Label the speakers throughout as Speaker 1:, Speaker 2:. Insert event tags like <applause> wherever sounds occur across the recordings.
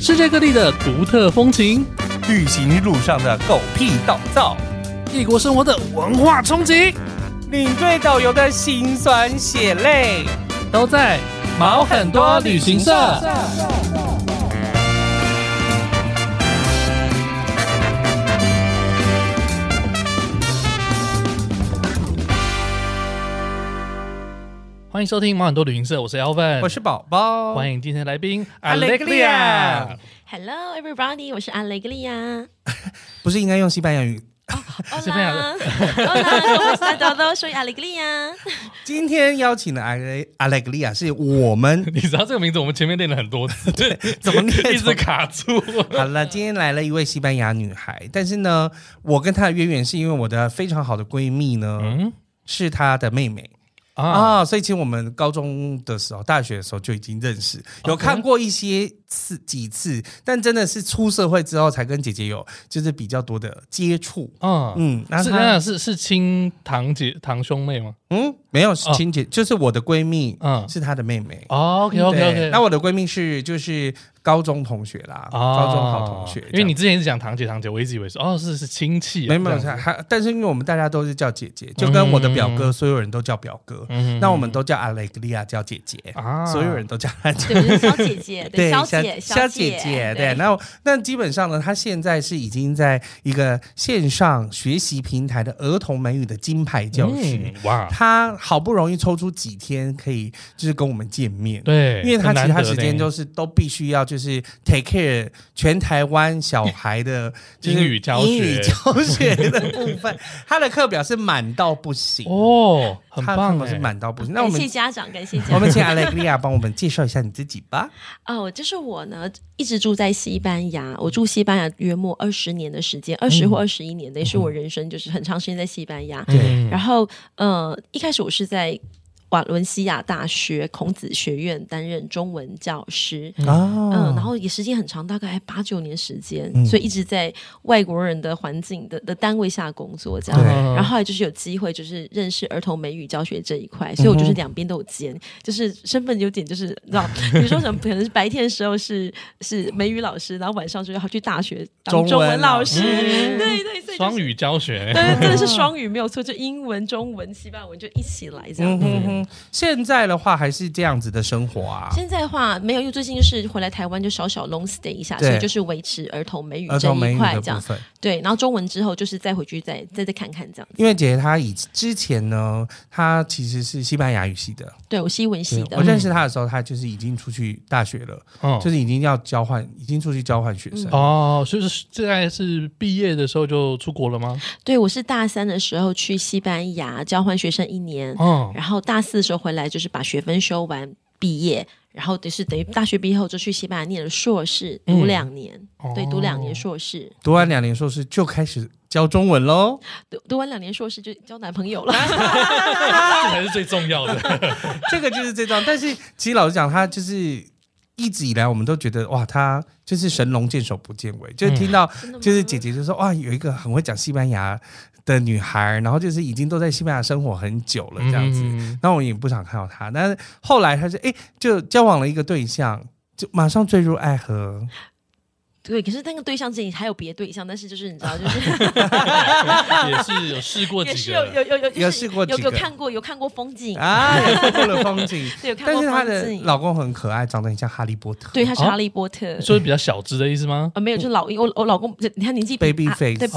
Speaker 1: 世界各地的独特风情，
Speaker 2: 旅行路上的狗屁倒灶，
Speaker 1: 异国生活的文化冲击，
Speaker 2: 领队导游的辛酸血泪，
Speaker 1: 都在毛很多旅行社。欢迎收听毛很多旅行社，我是 Alvin，
Speaker 2: <laughs> 我是宝宝，
Speaker 1: 欢迎今天的来宾
Speaker 2: Alegria
Speaker 1: Alegria。
Speaker 3: Hello, everybody，我是安雷格利亚。
Speaker 2: 不是应该用西班牙语？
Speaker 1: 西班牙
Speaker 3: Hola, hola，大家都说阿雷格利
Speaker 2: <laughs>
Speaker 3: 亚。
Speaker 2: 今天邀请的阿雷阿雷格利亚是我们。
Speaker 1: 你知道这个名字，我们前面练了很多 <laughs> 次，
Speaker 2: 怎么念 <laughs>
Speaker 1: 一直卡住。
Speaker 2: 好了，今天来了一位西班牙女孩，但是呢，我跟她的渊源是因为我的非常好的闺蜜呢、
Speaker 1: 嗯
Speaker 2: 是她的妹妹
Speaker 1: 啊，
Speaker 2: 啊、所以其实我们高中的时候、大学的时候就已经认识，有
Speaker 1: OK
Speaker 2: 看过一些次几次，但真的是出社会之后才跟姐姐有就是比较多的接触。
Speaker 1: 嗯，
Speaker 2: 嗯，那
Speaker 1: 是
Speaker 2: 她
Speaker 1: 那是是亲堂姐堂兄妹吗
Speaker 2: 嗯，没有是亲姐，就是我的闺蜜，
Speaker 1: 嗯
Speaker 2: 是她的妹妹。
Speaker 1: ？OK
Speaker 2: 对
Speaker 1: OK OK，
Speaker 2: 那我的闺蜜是就是高中同学啦，高中好同学。
Speaker 1: 啊因为你之前一直讲堂姐堂姐，我一直以为说哦是是亲戚啊，
Speaker 2: 没有没有，
Speaker 1: 这样子
Speaker 2: 还但是因为我们大家都是叫姐姐，就跟我的表哥，所有人都叫表哥，
Speaker 1: 嗯
Speaker 2: 那我们都叫阿雷格利亚叫姐姐，
Speaker 1: 啊
Speaker 2: 所有人都叫她姐。
Speaker 3: 对，我是小姐姐，
Speaker 2: 对，
Speaker 3: 小
Speaker 2: 小
Speaker 3: 姐，
Speaker 2: 小
Speaker 3: 姐
Speaker 2: 姐，对，。那我那基本上呢，她现在是已经在一个线上学习平台的儿童美语的金牌教师，
Speaker 1: 嗯哇，
Speaker 2: 他好不容易抽出几天可以就是跟我们见面，，
Speaker 1: 对，
Speaker 2: 因为他
Speaker 1: 很难
Speaker 2: 其他
Speaker 1: 得
Speaker 2: 时间
Speaker 1: 呢
Speaker 2: 就是都必须要就是 take care 全台湾小孩的就是
Speaker 1: <laughs> 英语教学
Speaker 2: 英语教学的部分，他的课表是满到不行，
Speaker 1: 哦，很
Speaker 2: 他的
Speaker 1: 棒
Speaker 2: 课表是
Speaker 1: 哎
Speaker 2: 满到不行。那我
Speaker 3: 感谢
Speaker 2: 们
Speaker 3: 家长，感谢家
Speaker 2: 我
Speaker 3: 长。
Speaker 2: 们请 a l e g r i a 帮我们介绍一下你自己
Speaker 1: <laughs>
Speaker 2: 吧。
Speaker 3: 哦，就是我呢，一直住在西班牙，我住西班牙约莫二十年的时间，二十
Speaker 2: 嗯
Speaker 3: 或二十一年的，也是我人生就是很长时间在西班牙。
Speaker 1: 嗯
Speaker 3: 然后呃，一开始我是在瓦伦西亚大学孔子学院担任中文教师。
Speaker 1: 哦
Speaker 2: 啊
Speaker 3: 嗯，然后也时间很长，大概八九年时间，
Speaker 2: 嗯
Speaker 3: 所以一直在外国人的环境的的单位下工作这样。
Speaker 2: 对
Speaker 3: 然后后来就是有机会，就是认识儿童美语教学这一块，所以我就是两边都有兼，就是身份有点就是你知道， <laughs> 比如说什么，可能是白天的时候是是美语老师，然后晚上就要去大学
Speaker 2: 中
Speaker 3: 当
Speaker 2: 文啊
Speaker 3: 中文
Speaker 2: 老
Speaker 3: 老师，
Speaker 1: 嗯
Speaker 3: 对对，所以就是
Speaker 1: 双语教学，
Speaker 3: 对，
Speaker 1: <laughs>
Speaker 3: 真的是双语没有错，就英文、中文、西班牙文就一起来
Speaker 2: 嗯
Speaker 3: 这样。
Speaker 2: 哼哼，现在的话还是这样子的生活啊，
Speaker 3: 现在的话没有，因为最近就是回来台湾就小小 long stay 一下，
Speaker 2: 对
Speaker 3: 所以就是维持儿童美语
Speaker 2: 儿
Speaker 3: 这
Speaker 2: 童美
Speaker 3: 一
Speaker 2: 语
Speaker 3: 块
Speaker 2: 的部
Speaker 3: 这样。
Speaker 2: 分。
Speaker 3: 对，然后中文之后就是再回去再再再看看这样。
Speaker 2: 因为姐姐她以之前呢，她其实是西班牙语系的，
Speaker 3: 对我是英文系
Speaker 2: 我
Speaker 3: 的，
Speaker 2: 认识他的时候，他就是已经出去大学了，
Speaker 1: 嗯
Speaker 2: 就是已经要交换，已经出去交换学
Speaker 3: 嗯
Speaker 2: 生。
Speaker 1: 哦，所以是现在是毕业的时候就出国了吗？
Speaker 3: 对我是大三的时候去西班牙交换学生一年，
Speaker 2: 哦
Speaker 1: 嗯，
Speaker 2: <laughs>
Speaker 3: 然后大四的时候回来就是把学分修完毕业。然后就是等于大学毕业后就去西班牙念了硕士，读
Speaker 1: 嗯
Speaker 3: 两年，对，读两年
Speaker 1: 哦
Speaker 3: 硕士，
Speaker 2: 读完两年硕士就开始教中文喽。
Speaker 3: 读读完两年硕士就交男朋友了。
Speaker 1: 这才是最重要的。
Speaker 2: <laughs> 这个就是这张，但是其实老实讲，他就是一直以来我们都觉得哇，他就是神龙见首不见尾，
Speaker 3: 嗯
Speaker 2: 就是听到
Speaker 3: 真的
Speaker 2: <laughs>
Speaker 3: 吗
Speaker 2: 就是姐姐就说哇，有一个很会讲西班牙的女孩，然后就是已经都在西班牙生活很久了 <laughs> 这样子。
Speaker 1: 嗯
Speaker 2: 那我也不想看到她，但是后来她就哎、就交往了一个对象，就马上坠入爱河。
Speaker 1: <laughs>
Speaker 3: 对，可是那个对象之前还有别的对象，但是就是你知道，就是
Speaker 1: 也是有试过
Speaker 3: 也
Speaker 1: 几
Speaker 3: 是有
Speaker 1: 个，
Speaker 3: 有有有就是
Speaker 2: 有试过
Speaker 3: 有
Speaker 2: 几
Speaker 3: 有
Speaker 2: 个
Speaker 3: 看过有看过风景，
Speaker 2: 啊，也错过了风
Speaker 1: <laughs>
Speaker 2: 景。
Speaker 3: 对，有看
Speaker 2: 但
Speaker 3: 过
Speaker 2: 是她
Speaker 3: 风
Speaker 2: 的
Speaker 3: 景。
Speaker 2: 老公很可爱，长得很像哈利波特。
Speaker 3: 对，他是
Speaker 1: 哦
Speaker 3: 哈利波特。
Speaker 1: 所以比较小只的意思吗
Speaker 3: 啊，没有，就是老我我老公，你看年纪比
Speaker 2: Baby
Speaker 3: 啊
Speaker 2: face 哦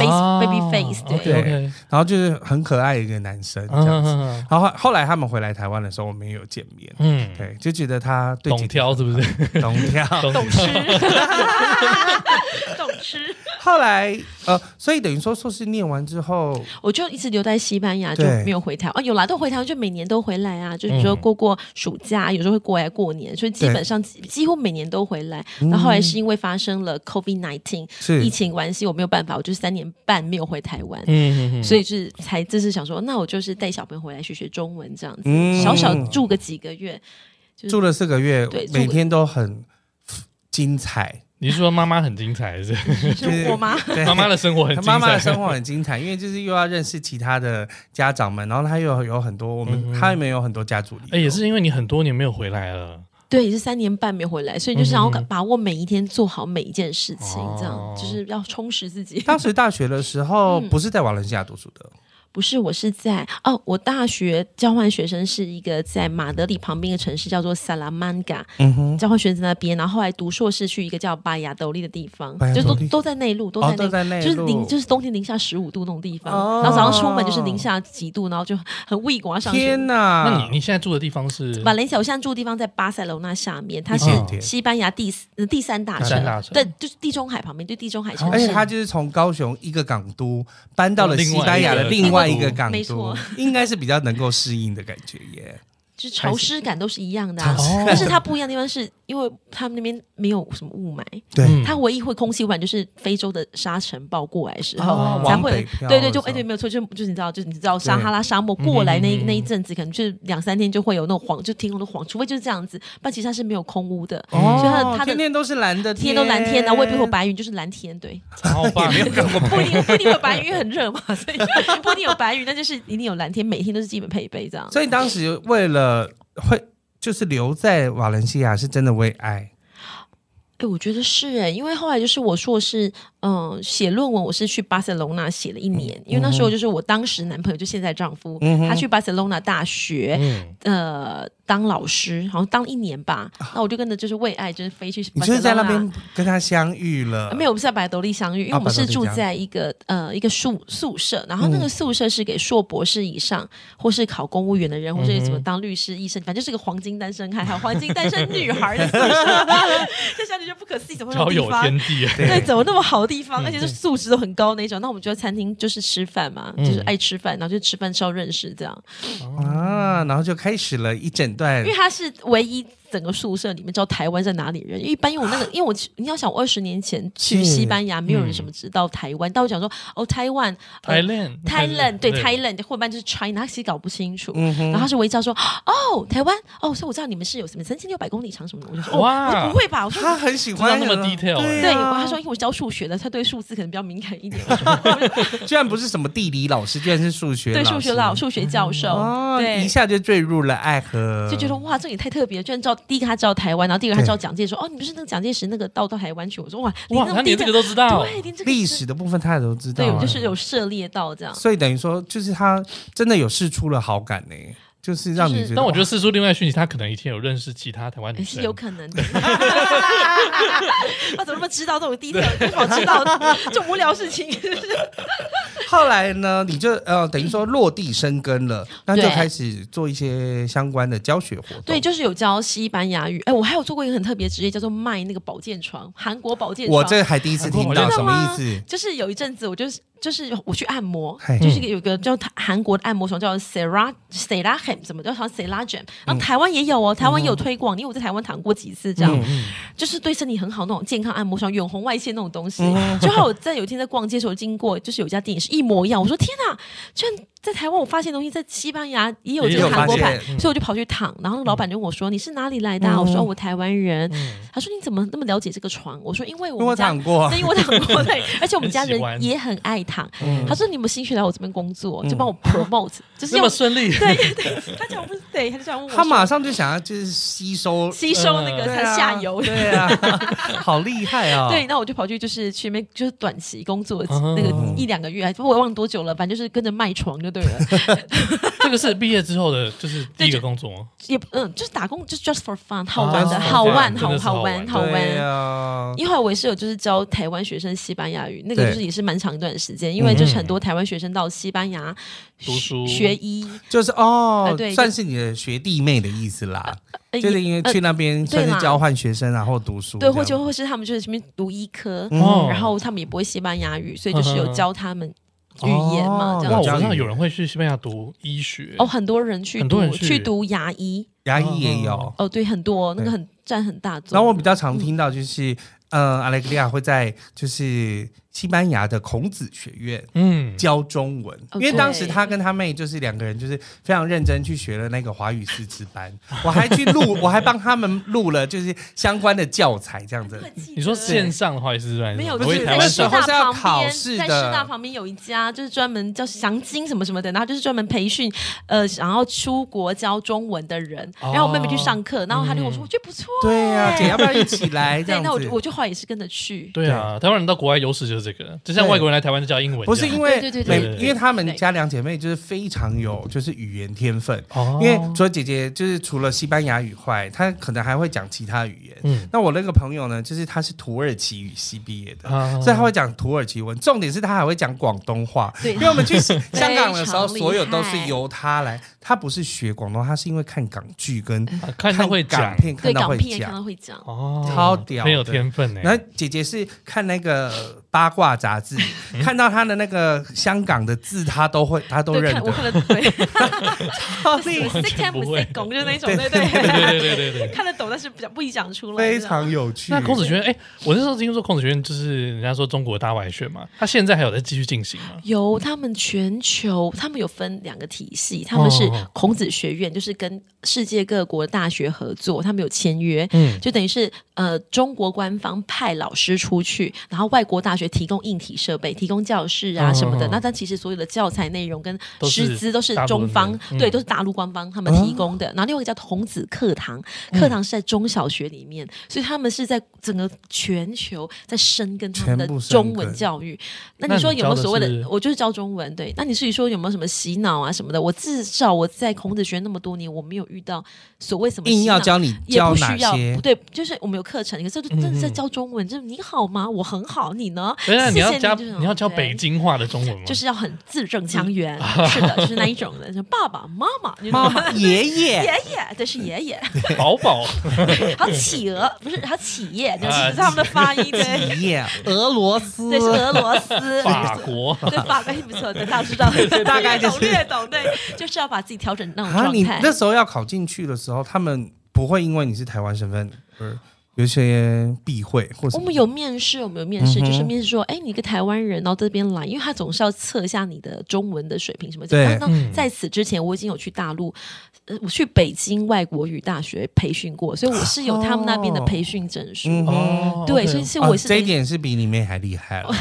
Speaker 3: 对 baby baby face，对，
Speaker 1: OK，
Speaker 2: 然后就是很可爱的一个男生这样子。
Speaker 1: 嗯
Speaker 2: 然后后后来他们回来台湾的时候，我们也有见面，
Speaker 1: 嗯，
Speaker 2: 对，就觉得他对嗯
Speaker 1: 懂
Speaker 2: 姐姐
Speaker 1: 挑是不是？
Speaker 2: 懂
Speaker 1: <laughs>
Speaker 2: 挑。
Speaker 1: 懂
Speaker 3: 懂吃， <laughs> 懂吃。
Speaker 2: 后来呃，所以等于说硕士念完之后，
Speaker 3: 我就一直留在西班牙，就
Speaker 2: 对
Speaker 3: 没有回台湾。啊，有来都回台湾，就每年都回来啊，就比如说
Speaker 1: 嗯
Speaker 3: 过过暑假，有时候会过来过年，所以基
Speaker 2: 对
Speaker 3: 本上几几乎每年都回来。然后后来是因为发生了 COVID nineteen
Speaker 2: 嗯是
Speaker 3: 疫情关系，我没有办法，我就是三年半没有回台湾。
Speaker 1: 嗯嗯嗯
Speaker 3: 所以就是才这是想说，那我就是带小朋友回来学学中文这样子，
Speaker 2: 嗯
Speaker 3: 小小住个几
Speaker 2: <laughs>
Speaker 3: 个月，
Speaker 2: 住了四个月
Speaker 3: 对，住
Speaker 2: 每天都很
Speaker 1: <laughs>
Speaker 2: 精彩。
Speaker 1: 你是说妈妈很精彩是不是？
Speaker 3: 就是我妈
Speaker 2: 对
Speaker 1: 妈妈的生活很
Speaker 2: 他
Speaker 1: 精
Speaker 2: 妈妈的
Speaker 1: 彩，
Speaker 2: 生活很精彩，因为就是又要认识其他的
Speaker 1: 嗯
Speaker 2: 家
Speaker 1: 哎
Speaker 2: 长们，然后他又有很多我们，他里面有很多家族里，
Speaker 1: 哎，也是因为你很多年没有回来了，
Speaker 3: 对，也是三年半没回来，所以就是想
Speaker 1: 嗯
Speaker 3: 要
Speaker 1: 哼
Speaker 3: 把握每一天，做好每一件事情，这
Speaker 1: 哦
Speaker 3: 样就是要充实自己。
Speaker 2: 当时大学的时候
Speaker 3: 嗯
Speaker 2: 不是在瓦伦西亚读书的，
Speaker 3: 不是，我是在哦，我大学交换学生是一个在马德里旁边的城市，叫做萨拉曼嘎，
Speaker 2: 嗯哼，
Speaker 3: 交换学生在那边，然后后来读硕士去一个叫巴雅斗利的地方
Speaker 2: 巴，雅
Speaker 3: 就
Speaker 2: 斗
Speaker 3: 都
Speaker 2: 利
Speaker 3: 都在内陆，都在
Speaker 2: 哦，
Speaker 3: 内
Speaker 2: 都
Speaker 3: 陆。
Speaker 2: 在内
Speaker 3: 就是
Speaker 2: 陆
Speaker 3: 零，就是冬天零下十五度那种地方，
Speaker 2: 哦
Speaker 3: 然后早上出门就是零下几度，然后就很畏光上学
Speaker 2: 天。哪，
Speaker 1: 那你你现在住的地方是
Speaker 3: 瓦伦西亚，我现在住的地方在巴塞罗那下面，它
Speaker 2: 一
Speaker 3: 是
Speaker 2: 点点
Speaker 3: 西班牙第四、呃第三大
Speaker 1: 第
Speaker 3: 城，
Speaker 1: 三大城
Speaker 3: 对，就是地中海旁边，就地中海城
Speaker 1: 哦
Speaker 2: 而且
Speaker 3: 市。
Speaker 2: 他就是从高雄一个港都搬到了西班牙的另
Speaker 1: 另
Speaker 2: 外
Speaker 1: 外
Speaker 2: 一
Speaker 1: 一
Speaker 2: 个
Speaker 1: 个
Speaker 2: 港
Speaker 3: 港都没
Speaker 2: 都
Speaker 3: 错，
Speaker 2: 应该是比较能够适应的感觉耶。
Speaker 3: 就是潮湿感都是一样的、啊
Speaker 1: 潮湿感，
Speaker 3: 但是它不一样的地方是因为他们那边没有什么雾霾，
Speaker 2: 对
Speaker 1: 嗯
Speaker 3: 它唯一会空气污染就是非洲的沙尘暴过来的时候。
Speaker 1: 哦
Speaker 3: 才
Speaker 2: 往
Speaker 3: 会
Speaker 2: 北漂
Speaker 3: 对对，就
Speaker 2: 的时
Speaker 3: 哎
Speaker 2: 候
Speaker 3: 对，没有错，就就是你知道，就是你知道撒哈拉沙漠过来那一那一阵子，可能就是两三天就会有那种黄，就天空的黄，除非就是这样子，不然其实它是没有空污的，
Speaker 1: 嗯
Speaker 3: 所以它的
Speaker 2: 哦，
Speaker 3: 它的
Speaker 2: 天天都是蓝的，
Speaker 3: 天都蓝天，啊然后未必会有，白云，就是蓝天，对，
Speaker 1: 超棒，
Speaker 3: <laughs>
Speaker 2: 也没有看过
Speaker 3: 不一定不一定有白云，因为很热嘛， <laughs> 所以不一定有白云，但就是一定有蓝天，每天都是基本配备这样。
Speaker 2: 所以当时为了会就是留在瓦伦西亚，是真的为爱。
Speaker 3: 哎，我觉得是哎，因为后来就是我硕士，嗯，写论文我是去巴塞隆纳写了一年，因为那时候就是我当时男朋友，就现在丈夫，他去巴塞隆纳大学，
Speaker 1: 嗯，
Speaker 3: 呃当老师，好像当一年吧。那我就跟着就是为啊爱，就是飞去。
Speaker 2: 你就是在那边跟他相遇了，
Speaker 3: 呃？没有，我们是在白斗利相遇，因为
Speaker 2: 啊
Speaker 3: 我们是住
Speaker 2: 白斗利
Speaker 3: 在一个、呃一个宿宿舍，然后
Speaker 1: 嗯
Speaker 3: 那个宿舍是给硕博士以上，或是考公务员的人，或是
Speaker 1: 嗯
Speaker 3: 怎么当律师、医生，反正就是个黄金单身汉，还有黄金单身女孩的宿舍。这下你就不可思议，怎么会
Speaker 1: 超 <laughs> 有
Speaker 3: 有这种地方？
Speaker 1: 天地，啊
Speaker 2: 对
Speaker 3: 对，怎么那么好的地方，
Speaker 1: 嗯
Speaker 3: 而且是素质都很高那种。那我们就在餐厅就是吃饭嘛，
Speaker 1: 嗯
Speaker 3: 就是爱吃饭，然后就吃饭时候认识这样。
Speaker 2: 啊，然后就开始了一整段
Speaker 3: 因为他是唯一整个宿舍里面知道台湾在哪里人，因为一般因为我那个，因为我去你要想我二十年前去
Speaker 2: 是
Speaker 3: 西班牙，没有人
Speaker 1: 嗯
Speaker 3: 什么知道台湾，但我讲说哦台湾，呃
Speaker 1: Thailand
Speaker 3: Thailand 对 Thailand 或一般就是 China，他其实搞不清楚。
Speaker 2: 嗯
Speaker 3: 然后
Speaker 2: 哼，
Speaker 3: 他是微笑说：“哦，台湾哦，所以我知道你们是有什么三千六百公里长什么的。”我就说：“哦，我
Speaker 1: 哇
Speaker 3: 说不会吧？”我说
Speaker 2: 他很喜欢
Speaker 1: 知道那么 detail 欸
Speaker 2: 对
Speaker 3: 对，
Speaker 2: 啊
Speaker 3: 他说因为我教数学的，他对数字可能比较敏感一点。
Speaker 2: 居然不是什么地理老师，居然是数学
Speaker 3: 对数学老数学教授，
Speaker 2: 哦，
Speaker 3: 对
Speaker 2: 一下就坠入了爱河，
Speaker 3: 就觉得哇，这也太特别了！居然知道第一个他知道台湾，然后第二个他
Speaker 2: 对
Speaker 3: 知道蒋介石，哦，你不是那个蒋介石那个到到台湾去？我说哇，
Speaker 1: 哇，
Speaker 3: 那
Speaker 1: 他
Speaker 3: 么低
Speaker 1: 连这个都知道，
Speaker 3: 对，连这个
Speaker 2: 历
Speaker 3: 是
Speaker 2: 史的部分他也都知道、
Speaker 3: 哦对，我
Speaker 2: 啊，
Speaker 3: 就是有涉猎到这样。
Speaker 2: 所以等于说，就是他真的有试出了好感呢、就是让你
Speaker 3: 就是
Speaker 2: 觉得。
Speaker 1: 但我觉得四叔另外讯息，他可能以前有认识其他台湾
Speaker 3: 也
Speaker 1: 女
Speaker 3: 哎是
Speaker 1: 生，
Speaker 3: 有可能 <laughs> 的，他怎么那么知道这种低调？就好知道 <laughs> 这种无聊事情。
Speaker 2: 后来呢，你就呃等于说落地生根了，那就
Speaker 3: 对
Speaker 2: 开始做一些相关的教学活动。
Speaker 3: <laughs> 对，就是有教西班牙语。哎，我还有做过一个很特别职业，叫做卖那个保健床，韩国保健
Speaker 2: 我
Speaker 3: 床。
Speaker 2: 这还第一次听
Speaker 1: 我
Speaker 2: 到，
Speaker 1: 真
Speaker 3: 的
Speaker 2: 什么意
Speaker 3: 吗
Speaker 2: 思？
Speaker 3: 就是有一阵子，我就是就是我去按摩
Speaker 2: 嘿，
Speaker 3: 就是有个叫韩国的按摩床叫 Sera Sera Hem，怎么叫好像 Sera Gem，然后
Speaker 2: 嗯
Speaker 3: 台湾也有哦，台湾也有推广，因为我在台湾躺过几次这样，
Speaker 1: 嗯
Speaker 3: 就是对身体很好那种健康按摩床，远红外线那种东西。
Speaker 2: 嗯
Speaker 3: 就还有在有一天在逛街的时候经过，就是有一家店也是一模一样，我说天哪，居然在台湾我发现的东西，在西班牙也有这
Speaker 1: 也有
Speaker 3: 个韩国
Speaker 2: 发现嗯
Speaker 3: 版，所以我就跑去躺，然后那个老板就问我说你是哪里来的啊？我说我台湾人，他说你怎么那么了解这个床？我说因为我
Speaker 2: 嗯因为我
Speaker 3: 们家
Speaker 2: 躺过
Speaker 3: 对，因为我躺过，对，而且我们
Speaker 1: 很
Speaker 3: 家
Speaker 2: <laughs>
Speaker 1: 喜欢
Speaker 3: 人也很爱躺。
Speaker 2: 嗯
Speaker 3: 他说：“你有没有兴趣来我这边工作？就帮我 promote，、就是
Speaker 1: 那
Speaker 3: 用
Speaker 1: 么顺利，
Speaker 3: 对对，他讲不是对，他就想问我说，
Speaker 2: 他马上就想要就是吸收，
Speaker 3: 吸收那个
Speaker 2: 对
Speaker 3: 他
Speaker 2: 啊
Speaker 3: 下游。
Speaker 2: 对啊，好厉害啊、
Speaker 3: 对，那我就跑去就是去那边就是短期工作
Speaker 1: 嗯
Speaker 3: 那个一两个月，还我也忘了多久了，反正就是跟着卖床就对了，
Speaker 1: <laughs> <laughs> 这个是毕业之后的，就是第一个工作，
Speaker 3: 也嗯，就是打工，就是 just for fun，好玩的，
Speaker 2: just for
Speaker 3: 好玩，
Speaker 1: 啊 fun，
Speaker 3: 好
Speaker 1: 真的是
Speaker 3: 好
Speaker 1: 好
Speaker 3: 玩，
Speaker 1: 玩
Speaker 3: 好
Speaker 2: 对
Speaker 3: 玩。
Speaker 2: 啊，
Speaker 3: 因为我也是有就是教台湾学生西班牙语，那个
Speaker 2: 对
Speaker 3: 就是也是蛮长一段时间，因为就是很多台湾学生到西班牙
Speaker 1: 嗯读书
Speaker 3: 学医，
Speaker 2: 就是哦
Speaker 3: 啊，对
Speaker 2: 算是你的学弟妹的意思啦，
Speaker 3: 呃
Speaker 2: 就是因为去那边算是
Speaker 3: 对啦
Speaker 2: 交换学生，然后读书这
Speaker 3: 对，
Speaker 2: 样，
Speaker 3: 或者或是他们就是前面读医科，
Speaker 1: 哦
Speaker 3: 然后他们也不会西班牙语，所以就是
Speaker 1: 嗯
Speaker 3: 有
Speaker 1: 哼
Speaker 3: 教他们语言嘛，
Speaker 2: 哦
Speaker 3: 这
Speaker 1: 哇，
Speaker 3: 样
Speaker 1: 我
Speaker 3: 子。
Speaker 1: 知道有人会去西班牙读医学
Speaker 3: 哦，，很多人去
Speaker 1: 很多人
Speaker 3: 读
Speaker 1: 去
Speaker 3: 去读牙医，
Speaker 2: 牙医也有。
Speaker 1: 哦
Speaker 3: 哦，对，很多那
Speaker 2: 对
Speaker 3: 个很占很大宗。
Speaker 2: 然后我比较常听到就是，呃，阿莱格利亚会在就是西班牙的孔子学院。
Speaker 1: 嗯，
Speaker 2: 教中文，
Speaker 3: 哦
Speaker 2: 因为当时
Speaker 3: 对
Speaker 2: 他跟他妹就是两个人，就是非常认真去学了那个华语师资班。我还去录，我还帮他们录了就是相关的教材，这样子。
Speaker 1: 你说线上的话也是算
Speaker 3: 哎没有，
Speaker 1: 我以
Speaker 3: 就是
Speaker 1: 为台
Speaker 3: 在
Speaker 1: 湾
Speaker 3: 师
Speaker 1: 少
Speaker 2: 那时候是要
Speaker 3: 大旁
Speaker 2: 考
Speaker 3: 边，
Speaker 2: 试
Speaker 3: 在
Speaker 2: 的
Speaker 3: 师大旁边有一家，就是专门叫祥金什么什么的，然后就是专门培训呃想要出国教中文的人。
Speaker 1: 哦
Speaker 3: 然后我妹妹去上课，然后她就跟我说，我觉得不错，
Speaker 2: 嗯对呀、姐要不要一起来这
Speaker 3: 对，
Speaker 2: 样
Speaker 3: 那我
Speaker 2: 子？
Speaker 3: 我就后来也是跟着去。
Speaker 1: 对啊，台湾人到国外优势就是这个，就像
Speaker 2: 对
Speaker 1: 外国人来台湾就教英文这样，
Speaker 2: 不是因为
Speaker 3: 对对对
Speaker 2: 每
Speaker 1: 对对对
Speaker 2: 因为她们家两姐妹就是非常有就是语言天分，
Speaker 1: 哦，
Speaker 2: 因为除了姐姐就是除了西班牙语坏，她可能还会讲其他语言。
Speaker 1: 嗯
Speaker 2: 那我那个朋友呢，就是她是土耳其语系毕业的。
Speaker 1: 啊
Speaker 2: 所以她会讲土耳其文，重点是她还会讲广
Speaker 1: <laughs>
Speaker 2: 东话。
Speaker 3: <laughs> 对
Speaker 2: 因为我们去香港的时候，
Speaker 3: 非常厉害
Speaker 2: 所有都是由她来，她不是学广东话，她是因为看港剧跟
Speaker 1: 啊看他会
Speaker 2: 港
Speaker 1: 讲
Speaker 2: 片看
Speaker 3: 嗯对，
Speaker 2: 到
Speaker 3: 港
Speaker 2: 会
Speaker 3: 片也看
Speaker 2: 讲。
Speaker 3: 到会讲，
Speaker 1: 哦，
Speaker 2: 超屌的
Speaker 1: 很有天分欸呢。
Speaker 2: 然后姐姐是看那个八卦杂志，
Speaker 1: 嗯
Speaker 2: 看到她的那个香港的字，她都会，她都
Speaker 3: 对，
Speaker 2: 认
Speaker 3: 看我
Speaker 2: 得。哦
Speaker 3: 看了对，
Speaker 2: <laughs> 超
Speaker 3: <laughs>
Speaker 2: 厉害
Speaker 1: 完全不会
Speaker 3: Sick time with sick gong，就是那
Speaker 2: <laughs>
Speaker 3: 种，对对
Speaker 1: <laughs> 对对对对对。
Speaker 3: <laughs> 看得懂，但是不讲不一讲出来，
Speaker 2: 非常有
Speaker 1: <laughs>
Speaker 2: 趣。
Speaker 1: 那孔子学院，哎、我那时候听说孔子学院就是人家说中国大外宣嘛，他现在还有在继续进行吗？
Speaker 3: 有，他们全球，他们有分两个体系，他们是
Speaker 1: 哦
Speaker 3: 孔子学院，就是跟世界各国大学合作，他们有签约，
Speaker 1: 嗯
Speaker 3: 就等于是呃中国官方派老师出去，然后外国大学提供硬体设备，提供教室啊什么的。
Speaker 1: 哦
Speaker 3: 那但其实所有的教材内容跟
Speaker 1: 都是
Speaker 3: 师资都是
Speaker 1: 大陆
Speaker 3: 中方
Speaker 1: 人，嗯啊
Speaker 3: 对，都是大陆官方他们提供的。然后另外一个叫孔子课堂，课堂是在中小学里面，所以他们是在整个全球在深耕他们的
Speaker 2: 全部深
Speaker 3: 中文
Speaker 2: 耕
Speaker 3: 教育。那
Speaker 1: 那
Speaker 3: 你说
Speaker 1: 你
Speaker 3: 有
Speaker 1: 教
Speaker 3: 没有
Speaker 1: 的
Speaker 3: 所谓
Speaker 1: 是
Speaker 3: 的？我就是教中文，对。那你至于说有没有什么洗脑啊什么的？我至少我在孔子学院那么多年，我没有遇到所谓什么
Speaker 2: 硬
Speaker 3: 洗
Speaker 2: 要
Speaker 3: 脑
Speaker 2: 教你
Speaker 3: 也
Speaker 2: 教
Speaker 3: 不
Speaker 2: 哪
Speaker 3: 需要 <laughs>
Speaker 2: 些，？
Speaker 3: 对，就是我们有课程，可是就真的
Speaker 1: 嗯
Speaker 3: 在教中文，就是你好吗？我很好，你呢？
Speaker 1: 等等，
Speaker 3: 谢
Speaker 1: 啊你要
Speaker 3: 谢
Speaker 1: 教
Speaker 3: 这种
Speaker 1: 你要教
Speaker 3: 对
Speaker 1: 北京嗯话的中文吗？
Speaker 3: 就是要很字正腔圆，是的，就是那一种的，就爸爸妈妈，你知道
Speaker 2: 妈
Speaker 3: 吗
Speaker 2: 妈、爷
Speaker 3: 爷
Speaker 2: 爷，
Speaker 3: 爷，这是爷爷，
Speaker 1: 宝宝，
Speaker 3: 还有企鹅，不是还有企业，就是
Speaker 1: 啊
Speaker 3: 是他们的发音，对，
Speaker 2: 爷爷，俄罗
Speaker 3: 对是
Speaker 2: 斯，
Speaker 3: 俄罗斯， <laughs>
Speaker 1: 法国，
Speaker 3: 对法国不错，对， <laughs> 大家知道，
Speaker 2: 大概就是
Speaker 3: 懂略懂，对， <laughs> 就是要把自己调整那种
Speaker 2: 啊，你
Speaker 3: 状态。
Speaker 2: 那时候要考进去的时候，他们不会因为你是台湾身份而有一些避讳，或者
Speaker 3: 我哦们有面试，我们有面试，
Speaker 2: 嗯哼
Speaker 3: 就是面试说，哎，你一个台湾人，然后这边来，因为他总是要测一下你的中文的水平什么。
Speaker 2: 对
Speaker 3: 那
Speaker 1: 嗯
Speaker 3: 那在此之前，我已经有去大陆，呃，我去北京外国语大学培训过，所以我是有他们那边的培训证书。
Speaker 2: 哦嗯
Speaker 1: 哦，
Speaker 3: 对，所以是我是
Speaker 2: 这
Speaker 3: 哦等于、
Speaker 2: 一点是比你妹还厉害了。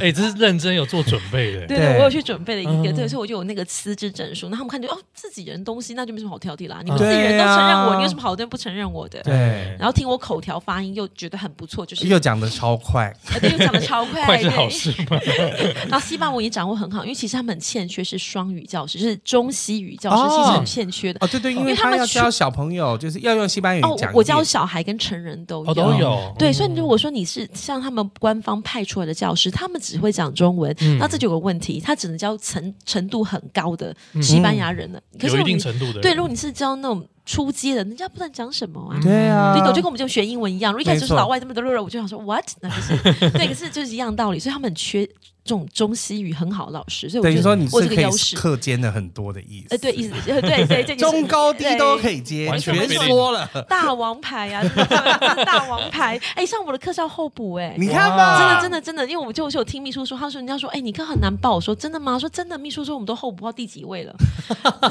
Speaker 1: 哎、这是认真有做准备的。
Speaker 3: 对
Speaker 2: 对
Speaker 3: 对，我有去准备了一个，
Speaker 1: 嗯
Speaker 3: 对，所以我就有那个资质证书。那他们看就哦，自己人东西，那就没什么好挑剔啦。你们
Speaker 1: 对
Speaker 3: 自己人都承认我，
Speaker 2: 啊
Speaker 3: 你有什么好对不承认我的？
Speaker 2: 对，
Speaker 3: 然后听我口条发音又觉得很不错，就
Speaker 2: <laughs>
Speaker 3: 是
Speaker 2: 又讲的超快，
Speaker 3: 呃对又讲
Speaker 1: <laughs>
Speaker 3: 的超快，
Speaker 1: 哎快是
Speaker 3: 对
Speaker 1: 好事吗？
Speaker 3: <laughs> 然后西班牙文也掌握很好，因为其实他们很欠缺是双语教师，就是中西语教师其实很欠缺的。
Speaker 2: 哦，对对，因
Speaker 3: 因
Speaker 2: 为
Speaker 3: 为他
Speaker 2: 他
Speaker 3: 们
Speaker 2: 要
Speaker 3: 去
Speaker 2: 教小朋友，就是要用西班牙
Speaker 3: 哦，
Speaker 2: 语讲
Speaker 3: 我
Speaker 2: 一遍。
Speaker 3: 我教小孩跟成人都有。
Speaker 1: 哎哦，都有。
Speaker 3: 对，所以如果说你是像他们官方派出来的教师，他们只会讲中文，
Speaker 1: 嗯
Speaker 3: 那这就有个问题，他只能教程程度很高的西班牙人了。
Speaker 1: 嗯有
Speaker 3: 可是如
Speaker 1: 一
Speaker 3: 果你
Speaker 1: 定程度的。
Speaker 3: 对，如果你是教那种初阶的，人家不知道你讲什么啊。
Speaker 2: 对啊，
Speaker 3: 对，我就跟我们这种学英文一样，如果一开始就
Speaker 2: 没
Speaker 3: 是
Speaker 2: 错
Speaker 3: 老外他们都乐了，我
Speaker 2: <laughs>
Speaker 3: 就想说 what，那就是对，可是就是一样道理，所以他们很缺这种中西语很好的老师，所以我
Speaker 2: 等
Speaker 3: 觉
Speaker 2: 于
Speaker 3: 得
Speaker 2: 说你
Speaker 3: 我
Speaker 2: 是
Speaker 3: 有这
Speaker 2: 可
Speaker 3: 个优
Speaker 2: 以
Speaker 3: 势，
Speaker 2: 课间的很多的意思
Speaker 3: 呃，，对，意思 <laughs> 呃对对，这个是
Speaker 2: 中高低都可
Speaker 3: 对
Speaker 2: 以接，
Speaker 1: 完全
Speaker 2: 全
Speaker 1: 不一定
Speaker 2: 说了。
Speaker 3: 大王牌啊，真的真的大王
Speaker 2: <laughs>
Speaker 3: 牌！哎，上我的课是要候补哎，
Speaker 2: 你看
Speaker 1: 哇
Speaker 2: 吧，
Speaker 3: 真的真的真的，因为我就我就有听秘书说，他说人家说，哎、你课很难报，我说真的吗？说真的，秘书说我们都候补到第几位了，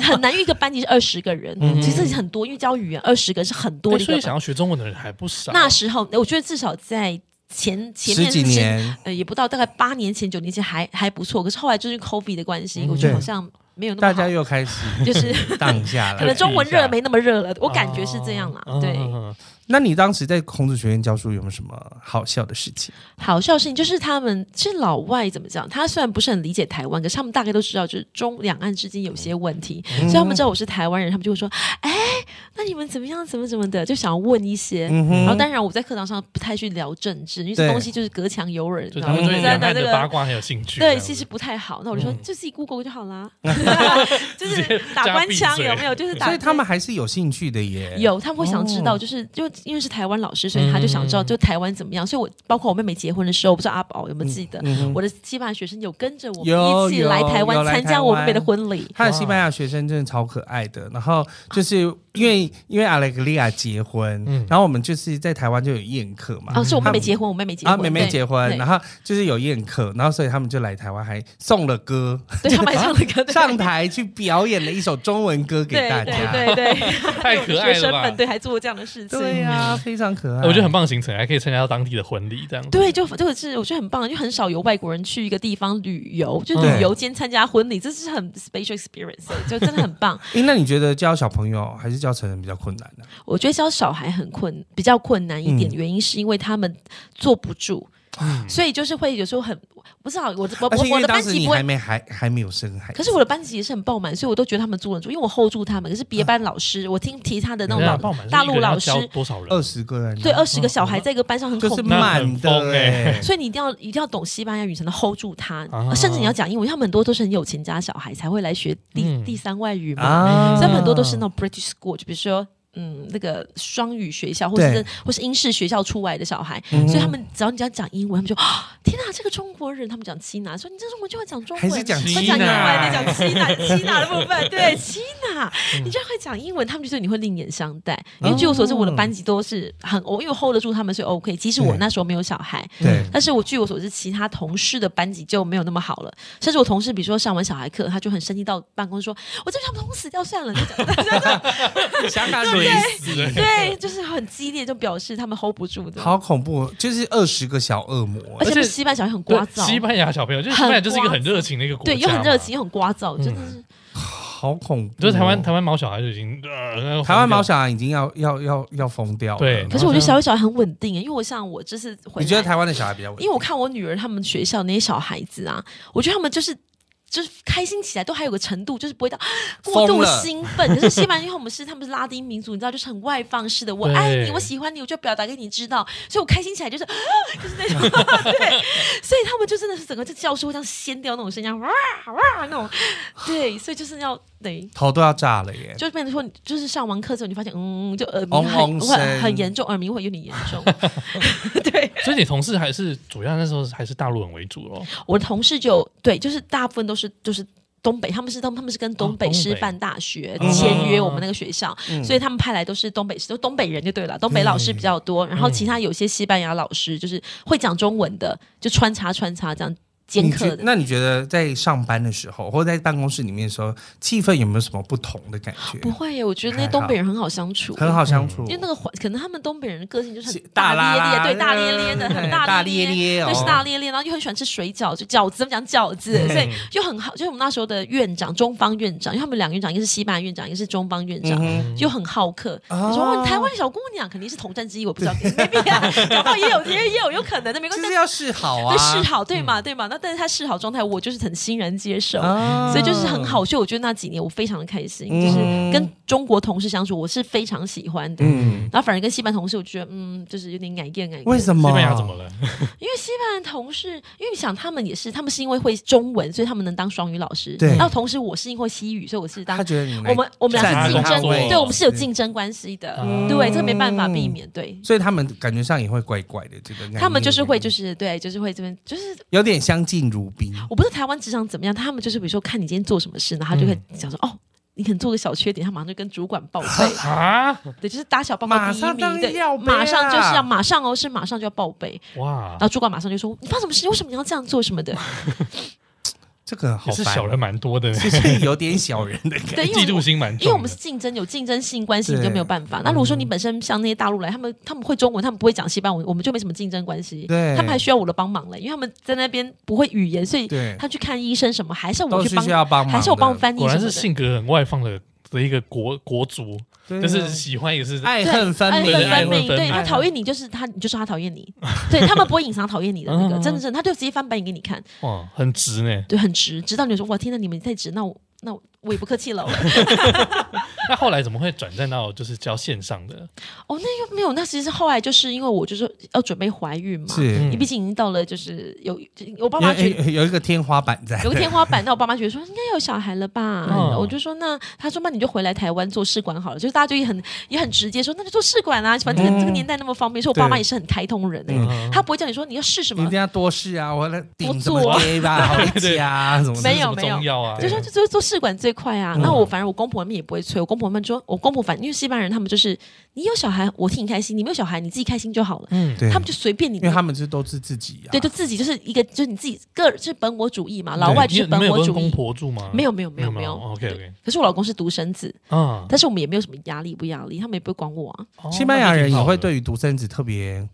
Speaker 3: 很难，因为一个班级是二十个人，
Speaker 2: 嗯
Speaker 3: 其实很多，因为教语言二十个是很多
Speaker 1: 对
Speaker 3: 的一
Speaker 1: 哎所以
Speaker 3: 个
Speaker 1: 想
Speaker 3: 班。
Speaker 1: 要学中文的人还不少。
Speaker 3: 那时候，我觉得至少在前前
Speaker 2: 十
Speaker 3: 面
Speaker 2: 几
Speaker 3: 是
Speaker 2: 年，
Speaker 3: 呃，也不到大概八年前、九年前还还不错，可是后来就是 COVID 的关系，我觉
Speaker 2: 嗯对
Speaker 3: 得好像没有那么
Speaker 2: 大
Speaker 3: 好
Speaker 2: 家又开始 <laughs>
Speaker 3: 就是
Speaker 2: 荡下
Speaker 3: 可
Speaker 2: 来
Speaker 3: 能。中文热
Speaker 1: 一下
Speaker 3: 没那么热了，我感觉是这样啦。
Speaker 1: 哦
Speaker 3: 对，
Speaker 1: 嗯
Speaker 2: 那你当时在孔子学院教书有没有什么好笑的事情？
Speaker 3: 好笑的事情就是他们是老外怎么讲？他虽然不是很理解台湾，可是他们大概都知道，就是中两岸之间有些问题，
Speaker 2: 嗯
Speaker 3: 所以他们知道我是台湾人，他们就会说：“哎，那你们怎么样？怎么怎么的？”就想要问一些。
Speaker 2: 嗯哼
Speaker 3: 然后当然我在课堂上不太去聊政治，因为这
Speaker 2: 对
Speaker 3: 东西就是隔墙有耳，你
Speaker 1: 就
Speaker 3: 知道
Speaker 1: 他
Speaker 3: 吗
Speaker 1: 们对
Speaker 3: 就是在
Speaker 1: 两
Speaker 3: 那
Speaker 1: 岸
Speaker 3: 这
Speaker 1: 的八
Speaker 3: 个。
Speaker 1: 卦很有兴趣。这
Speaker 3: 对，
Speaker 1: 样子
Speaker 2: 嗯 <laughs>
Speaker 3: 其实不太好。那我就说，就自己 Google 就好啦。 <laughs> 就是打官腔有没有？就是打，
Speaker 2: 所以他们还哦是有兴趣的耶。
Speaker 3: 有，他们会想知道，就是就因为是台湾老师，所以他
Speaker 2: 嗯
Speaker 3: 就想知道就台湾怎么样。所以我包括我妹妹结婚的时候，我不知道阿宝有没有啊记得，我的西班牙学生有跟着我
Speaker 2: 有
Speaker 3: 们一起来
Speaker 2: 嗯有
Speaker 3: 台
Speaker 2: 有
Speaker 3: 湾
Speaker 2: 来台湾
Speaker 3: 参加我妹妹的婚礼。
Speaker 2: 他的西班牙学生真的超可爱的，然后就是因为 <sighs> 因为阿莱格利亚结婚，
Speaker 1: 嗯
Speaker 2: 然后我们就是在台湾就有宴客嘛，
Speaker 3: 哦，是我妹
Speaker 2: 他
Speaker 3: 妹
Speaker 2: 们
Speaker 3: 结婚，我妹妹结婚，
Speaker 2: 啊，妹妹
Speaker 3: 对
Speaker 2: 结婚，
Speaker 3: 对
Speaker 2: 然后就是有宴客，然后所以他们就来台湾，还送了歌，
Speaker 3: 对他
Speaker 2: <laughs>
Speaker 3: 们还唱了歌，对
Speaker 2: 啊上台去表演了一首中文歌给
Speaker 3: 对
Speaker 2: 大家。
Speaker 3: 对对
Speaker 2: <laughs>
Speaker 3: 对，
Speaker 1: 太可爱了吧
Speaker 3: 学生们对还做过这样的事情，
Speaker 2: 对呀、非常可爱。
Speaker 1: 我觉得很棒的行程，还可以参加到当地的婚礼，这样子。
Speaker 3: 对，就这个是我觉得很棒，就很少有外国人去一个地方旅游，就
Speaker 2: 对
Speaker 3: 旅游兼参加婚礼，这是很 special experience，就真的很棒。
Speaker 2: 诶那你觉得教小朋友还是教成人比较困难呢、
Speaker 3: 我觉得教小孩很困，比较困难一点，
Speaker 2: 嗯
Speaker 3: 原因是因为他们坐不住。所以就是会有时候很不知道我的我
Speaker 2: 而且
Speaker 3: 我
Speaker 2: 因
Speaker 3: 我
Speaker 2: 为
Speaker 3: 的
Speaker 2: 当
Speaker 3: 班
Speaker 2: 时
Speaker 3: 级
Speaker 2: 你
Speaker 3: 不
Speaker 2: 还
Speaker 3: 会，
Speaker 2: 没还还没有生孩子，
Speaker 3: 可是我的班级也是很爆满，所以我都觉得他们坐得住，因为我 hold 住他们。可是
Speaker 2: 嗯
Speaker 3: 别班老师，我听其他的那
Speaker 1: 等一
Speaker 2: 啊
Speaker 3: 种
Speaker 1: 下
Speaker 3: 老
Speaker 1: 爆满是
Speaker 3: 大
Speaker 1: 一个
Speaker 3: 陆
Speaker 1: 人要
Speaker 3: 老师
Speaker 1: 教多少人？
Speaker 2: 二十个人，啊
Speaker 3: 对，二十个小孩在一个班上很
Speaker 2: 就
Speaker 3: 恐
Speaker 2: 是
Speaker 3: 怖，
Speaker 2: 满
Speaker 1: 那很
Speaker 2: 的
Speaker 1: 疯
Speaker 2: 哎、 <laughs>
Speaker 1: 欸
Speaker 3: 所以你一定要一定要懂西班牙语才能 hold 住他，
Speaker 1: 啊
Speaker 3: 甚至你要讲英文，因为他们很多都是很有钱家小孩才会来学第、
Speaker 1: 嗯
Speaker 3: 第三外语嘛，
Speaker 2: 啊
Speaker 3: 所以他们很多都是那种 British school，就比如说。嗯，那个双语学校，或
Speaker 2: 对嗯
Speaker 3: 是或是英式学校出来的小孩，所以他们只要你只要讲英文，他们就啊天哪，这个中国人，他们讲西南，说你这中国就会讲中
Speaker 2: 还
Speaker 3: 文，
Speaker 2: 是讲
Speaker 3: 会
Speaker 2: 西
Speaker 3: 讲英
Speaker 2: 南嗯
Speaker 3: 文，对，讲西南西南的部分，对西南，你就会讲英文，他们就对你会另眼相待。因
Speaker 2: 哦
Speaker 3: 为据我所知，我的班级都是很，我因为我 hold 得住他们，所以 OK。即使我
Speaker 2: 对
Speaker 3: 那时候没有小孩，
Speaker 1: <laughs>
Speaker 2: 对
Speaker 3: 但是我据我所知，其他同事的班级就没有那么好了。甚至我同事，比如说上完小孩课，他就很生气到办公室说：“我真想把他们死掉算了。”就讲
Speaker 2: 想打
Speaker 1: 对
Speaker 2: 谁
Speaker 1: 死
Speaker 3: 对，就是很激烈，就表示他们 hold 不住的。
Speaker 2: 好恐怖，就是二十个小恶魔、
Speaker 3: 而且
Speaker 1: 而且
Speaker 3: 西班牙小孩很
Speaker 1: 对
Speaker 3: 聒噪，
Speaker 1: 西班牙小朋友，就是西班牙就是一个很热情的一个国家，
Speaker 3: 对，又很热情，。又很聒
Speaker 2: 嗯
Speaker 3: 噪，真的是。
Speaker 2: 好恐怖哦、
Speaker 1: 就是台湾台湾毛小孩就已经呃，
Speaker 2: 台湾毛小孩已经要要要要疯掉了。
Speaker 1: 对
Speaker 3: 可是我觉得小孩小孩很稳定，因为我像我这次回来，
Speaker 2: 你觉得台湾的小孩比较稳
Speaker 3: 因为我看我女儿他们学校那些小孩子啊，我觉得他们就是。就是开心起来都还有个程度，就是不会到 <gasps> 过
Speaker 2: 疯
Speaker 3: 度
Speaker 2: 了
Speaker 3: 兴奋。可是西班牙，因为我们是他们是拉丁民族，你知道，就是很外放式的。我
Speaker 1: 对
Speaker 3: 爱你，我喜欢你，我就表达给你知道。所以我开心起来就是，啊 <laughs> 就是那种对。所以他们就真的是整个这教室会这样掀掉那种声音，这 <laughs> 样哇哇那种。对，所以就是要对，
Speaker 2: 头都要炸了耶！
Speaker 3: 就变成说，你就是上完课之后，你发现嗯，就耳鸣
Speaker 2: 嗡嗡
Speaker 3: 很会
Speaker 2: 声
Speaker 3: 很严重，耳鸣会有点严重。对，
Speaker 1: 所以你同事还是主要那时候还是大陆人为主哦咯。
Speaker 3: 我的同事就对，就是大部分都是就是。东北，他们是他们他们是跟东
Speaker 1: 哦东
Speaker 3: 北
Speaker 1: 北
Speaker 3: 师范大学
Speaker 2: 嗯
Speaker 3: 签约我们那个学校，所以他们派来都是东北，都东北人就对了，东北老师比
Speaker 2: 嗯
Speaker 3: 较多，然后其他有些西班牙老师就是会讲中文的，就穿插穿插这样兼
Speaker 2: 你
Speaker 3: 课
Speaker 2: 觉
Speaker 3: 的。
Speaker 2: 那你觉得在上班的时候，或者在办公室里面的时候，气氛有没有什么不同的感觉？
Speaker 3: 不会耶，我觉
Speaker 2: 还
Speaker 3: 得那
Speaker 2: 好
Speaker 3: 东北人很好相处，
Speaker 2: 很好相处，
Speaker 3: 因为那个环，可能他们东北人的个性就是
Speaker 2: 是
Speaker 3: 很大
Speaker 2: 拉
Speaker 3: 咧
Speaker 2: 拉
Speaker 3: 咧，对，大咧咧的，
Speaker 2: 对
Speaker 3: 很
Speaker 2: 大
Speaker 3: 咧
Speaker 2: 咧咧哦
Speaker 3: 对，是大咧咧，然后又很喜欢吃水饺，就饺子，怎么讲饺子，所以就很好。就是我们那时候的院长，中方院长，因为他们两个院长，一个是西班牙院长，一个是中方院长。
Speaker 2: 嗯
Speaker 3: 就很好客，你
Speaker 2: 哦
Speaker 3: 说哦，台湾小姑娘肯定是统战之一，我不知道，maybe 啊，搞不好也有也有有可能的，没
Speaker 2: 哼，
Speaker 3: 关
Speaker 2: 就
Speaker 3: 系
Speaker 2: 是。要示好啊，
Speaker 3: 对，示好，对嘛，对嘛。那但是他示好状态，我就是很欣然接受。
Speaker 2: 啊
Speaker 3: 所以就是很。好，所以我觉得那几年我非常的开心，
Speaker 2: 嗯
Speaker 3: 就是跟中国同事相处，我是非常喜欢的。
Speaker 2: 嗯，
Speaker 3: 然后反而跟西班牙同事，我觉得嗯，就是有点矮厌矮厌。
Speaker 2: 为什
Speaker 1: 西
Speaker 2: 么？
Speaker 1: 班牙怎么？
Speaker 2: <laughs>
Speaker 1: 了？
Speaker 3: 因为西班牙同事，因为你想他们也是，他们是因为会中文，所以他们能当双语老师。
Speaker 2: 对
Speaker 3: 然后同时我是因为西语，所以我是当
Speaker 2: 他觉嗯得你来
Speaker 3: 我们我们俩是竞
Speaker 1: 占
Speaker 3: 争，
Speaker 1: 他位
Speaker 3: 对我们是有竞争关系的，
Speaker 1: 嗯
Speaker 3: 对，这没办法避免。对
Speaker 2: 所以他们感觉上也会怪怪的，这个
Speaker 3: 他们就是会就是是对，就是会这边就是
Speaker 2: 有点相敬如宾，
Speaker 3: 我不知道台湾职场怎么样，他们就是比如说看你今天做什么事，然后他就会
Speaker 2: 嗯
Speaker 3: 想说、哦。你可能做个小缺点，他马上就跟主管
Speaker 2: <laughs>
Speaker 3: 报备，
Speaker 1: 啊，
Speaker 3: 对，就是打小报告第一
Speaker 2: 马上当
Speaker 3: 名，
Speaker 2: 然
Speaker 3: 对
Speaker 2: 要，
Speaker 3: 马上
Speaker 2: 背啊
Speaker 3: 就是要马上哦，是马上就要报备，
Speaker 1: 哇
Speaker 3: 然，后主管马上就说你发生什么事，为什么你要这样做
Speaker 2: <laughs>
Speaker 3: 什么的，
Speaker 2: 这个好
Speaker 1: 也是
Speaker 2: 烦
Speaker 1: 小人，蛮多的，
Speaker 2: 就是有点
Speaker 1: <laughs>
Speaker 2: 小人的感觉。
Speaker 3: 对，因为
Speaker 1: 嫉妒
Speaker 3: 我
Speaker 1: 心蛮重的。
Speaker 3: 因为我们是竞争，有竞争性关系，
Speaker 2: 对
Speaker 3: 你就没有办法。那如果说你本身像那些大陆来，他们他们会中文，他们不会讲西班牙文，我们就没什么竞争关系。
Speaker 2: 对
Speaker 3: 他们还需要我的帮忙嘞，因为他们在那边不会语言，所以
Speaker 2: 对
Speaker 3: 他去看医生什么，还是要
Speaker 2: 都
Speaker 3: 我去
Speaker 2: 是
Speaker 3: 帮
Speaker 2: 需，要帮忙的，
Speaker 3: 还是我帮我翻译
Speaker 1: 果
Speaker 3: 什
Speaker 1: 然
Speaker 3: 么
Speaker 1: 是
Speaker 3: 的。
Speaker 1: 性格很外放的的一个国国族，
Speaker 2: 对
Speaker 3: 嗯
Speaker 2: 啊
Speaker 1: 就是喜欢也是
Speaker 2: 爱恨分
Speaker 3: 爱
Speaker 2: 明，
Speaker 1: 对
Speaker 3: 恨分
Speaker 1: 爱恨
Speaker 3: 明，
Speaker 1: 啊分
Speaker 3: 哎对
Speaker 1: 明
Speaker 3: 他讨厌你就是他，你就说他讨厌你，对他们不会隐藏讨厌你的那个
Speaker 1: 嗯，
Speaker 3: 真的真的，他就直接翻白眼给你看，
Speaker 1: 哦哇，很直呢。
Speaker 3: 对，很直，直到你说哇天呐，你们太直，那我那我我也不客气了。
Speaker 1: 那后来怎么会转战到就是教线上的？
Speaker 3: 哦，那个没有，那其实后来就是因为我就是要准备怀孕嘛，
Speaker 2: 是哎
Speaker 1: 嗯
Speaker 3: 你毕竟已经到了就是有我爸
Speaker 2: 有
Speaker 3: 妈觉得。
Speaker 2: 有有一个天花板在，
Speaker 3: 有个天花板，那我爸妈觉得说应该有小孩了吧，
Speaker 1: 嗯
Speaker 3: 我就说那他说那你就回来台湾做试管好了，就是大家就也很也很直接说那就做试管啊，反正这个、
Speaker 2: 嗯
Speaker 3: 这个年代那么方便，所以我爸妈
Speaker 2: 对
Speaker 3: 也是很开通人哎、
Speaker 1: 嗯
Speaker 3: 他不会叫你说你要试什
Speaker 2: 你一
Speaker 3: 么
Speaker 2: 定，要多试啊，我来顶什
Speaker 3: 不做
Speaker 2: 么
Speaker 3: 啊
Speaker 2: A 吧，好一起啊，什么的
Speaker 3: 没有
Speaker 1: 什么中药啊，
Speaker 3: 就说
Speaker 2: 对嗯
Speaker 3: 就就是做试管最快啊。那我反正我公婆他们也不会催，我公婆他们说，我公婆反因为西班牙人他们就是你有小孩我替你开心，你没有小孩你自己开心就好了，
Speaker 1: 嗯，
Speaker 2: 对，
Speaker 3: 他们就随便你
Speaker 2: 因。为他们是都是自己啊，
Speaker 3: 对，就自己就是一个，就是你自己个人就是本我主义嘛，老
Speaker 1: 对
Speaker 3: 外就
Speaker 1: 你
Speaker 3: 是
Speaker 1: 有你
Speaker 3: 本
Speaker 1: 们有
Speaker 3: 我
Speaker 1: 跟
Speaker 3: 主
Speaker 1: 公
Speaker 3: 义。
Speaker 1: 婆住吗？
Speaker 2: 啊
Speaker 1: 啊
Speaker 3: 没有没有没有
Speaker 1: 没
Speaker 3: 没有
Speaker 2: 哦
Speaker 1: ，OK OK，
Speaker 3: 可是我老公是独生子，
Speaker 1: 嗯，
Speaker 3: 但是我们也没有什么压力不压力，他们也不会管我啊，
Speaker 1: 哦
Speaker 2: 西班牙人也会，
Speaker 1: 那就挺好的
Speaker 2: 对于独生子特别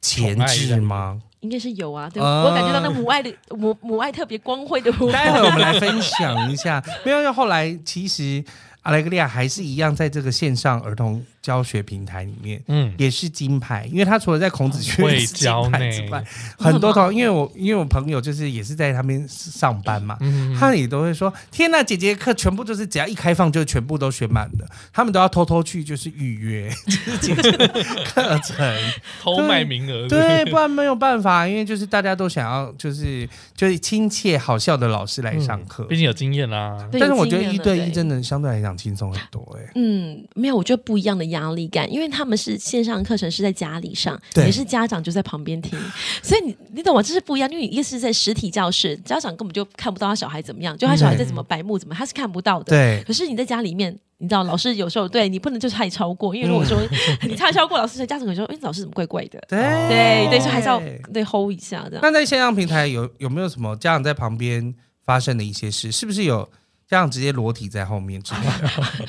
Speaker 2: 前置吗？
Speaker 3: 应该是有啊，对、
Speaker 2: 啊
Speaker 3: 我感觉到那母爱的母母爱特别光辉
Speaker 2: <laughs>
Speaker 3: 的母
Speaker 2: 待
Speaker 3: 爱。
Speaker 2: 会我们来分享一下。 <laughs> 没有，因为后来其实阿莱格利亚还是一样在这个线上儿童教学平台里面。
Speaker 1: 嗯，
Speaker 2: 也是金牌，因为他除了在孔子学
Speaker 1: 会
Speaker 2: 是金
Speaker 1: 教
Speaker 2: 牌
Speaker 1: 呢
Speaker 2: 之外，
Speaker 3: 很
Speaker 2: 很多
Speaker 3: 忙
Speaker 2: 同，因为我因为我朋友就是也是在他们上班嘛，
Speaker 1: 嗯
Speaker 2: 他也都会说：“天呐，姐姐课全部就是只要一开放就全部都选满了，他们都要偷偷去就是预约， <laughs> 就是姐姐的课程。
Speaker 1: 偷卖名额，
Speaker 2: 对，不然没有办法，因为就是大家都想要就是就是亲切好笑的老师来上课。
Speaker 1: 毕竟有经验啊啦。
Speaker 3: 对
Speaker 2: 但是
Speaker 3: 有
Speaker 2: 我
Speaker 3: 经
Speaker 2: 觉得
Speaker 3: 验
Speaker 2: 一
Speaker 3: 了
Speaker 2: 对一真的相对来讲轻松很多哎、
Speaker 3: 嗯，没有，我觉得不一样的压力感，因为他们是线上课程是在家里上，
Speaker 2: 对
Speaker 3: 也是家长就在旁边听， <laughs> 所以你你懂吗？这是不一样，因为你一个是在实体教室，家长根本就看不到他小孩怎么样，就他小
Speaker 2: 嗯
Speaker 3: 孩在怎么白目怎么，他是看不到的。
Speaker 2: 对，
Speaker 3: 可是你在家里面，你知道老师有时候对你不能就太超过，因为如果说 <laughs> 你太超过老师，家长会说，哎、老师怎么怪怪的？
Speaker 2: 对
Speaker 3: 对对，所以还是要嗯对 hold 一下这样。
Speaker 2: 那在线上平台有有没有什么家长在旁边发生的一些事？是不是有家长直接裸体在后面之类的？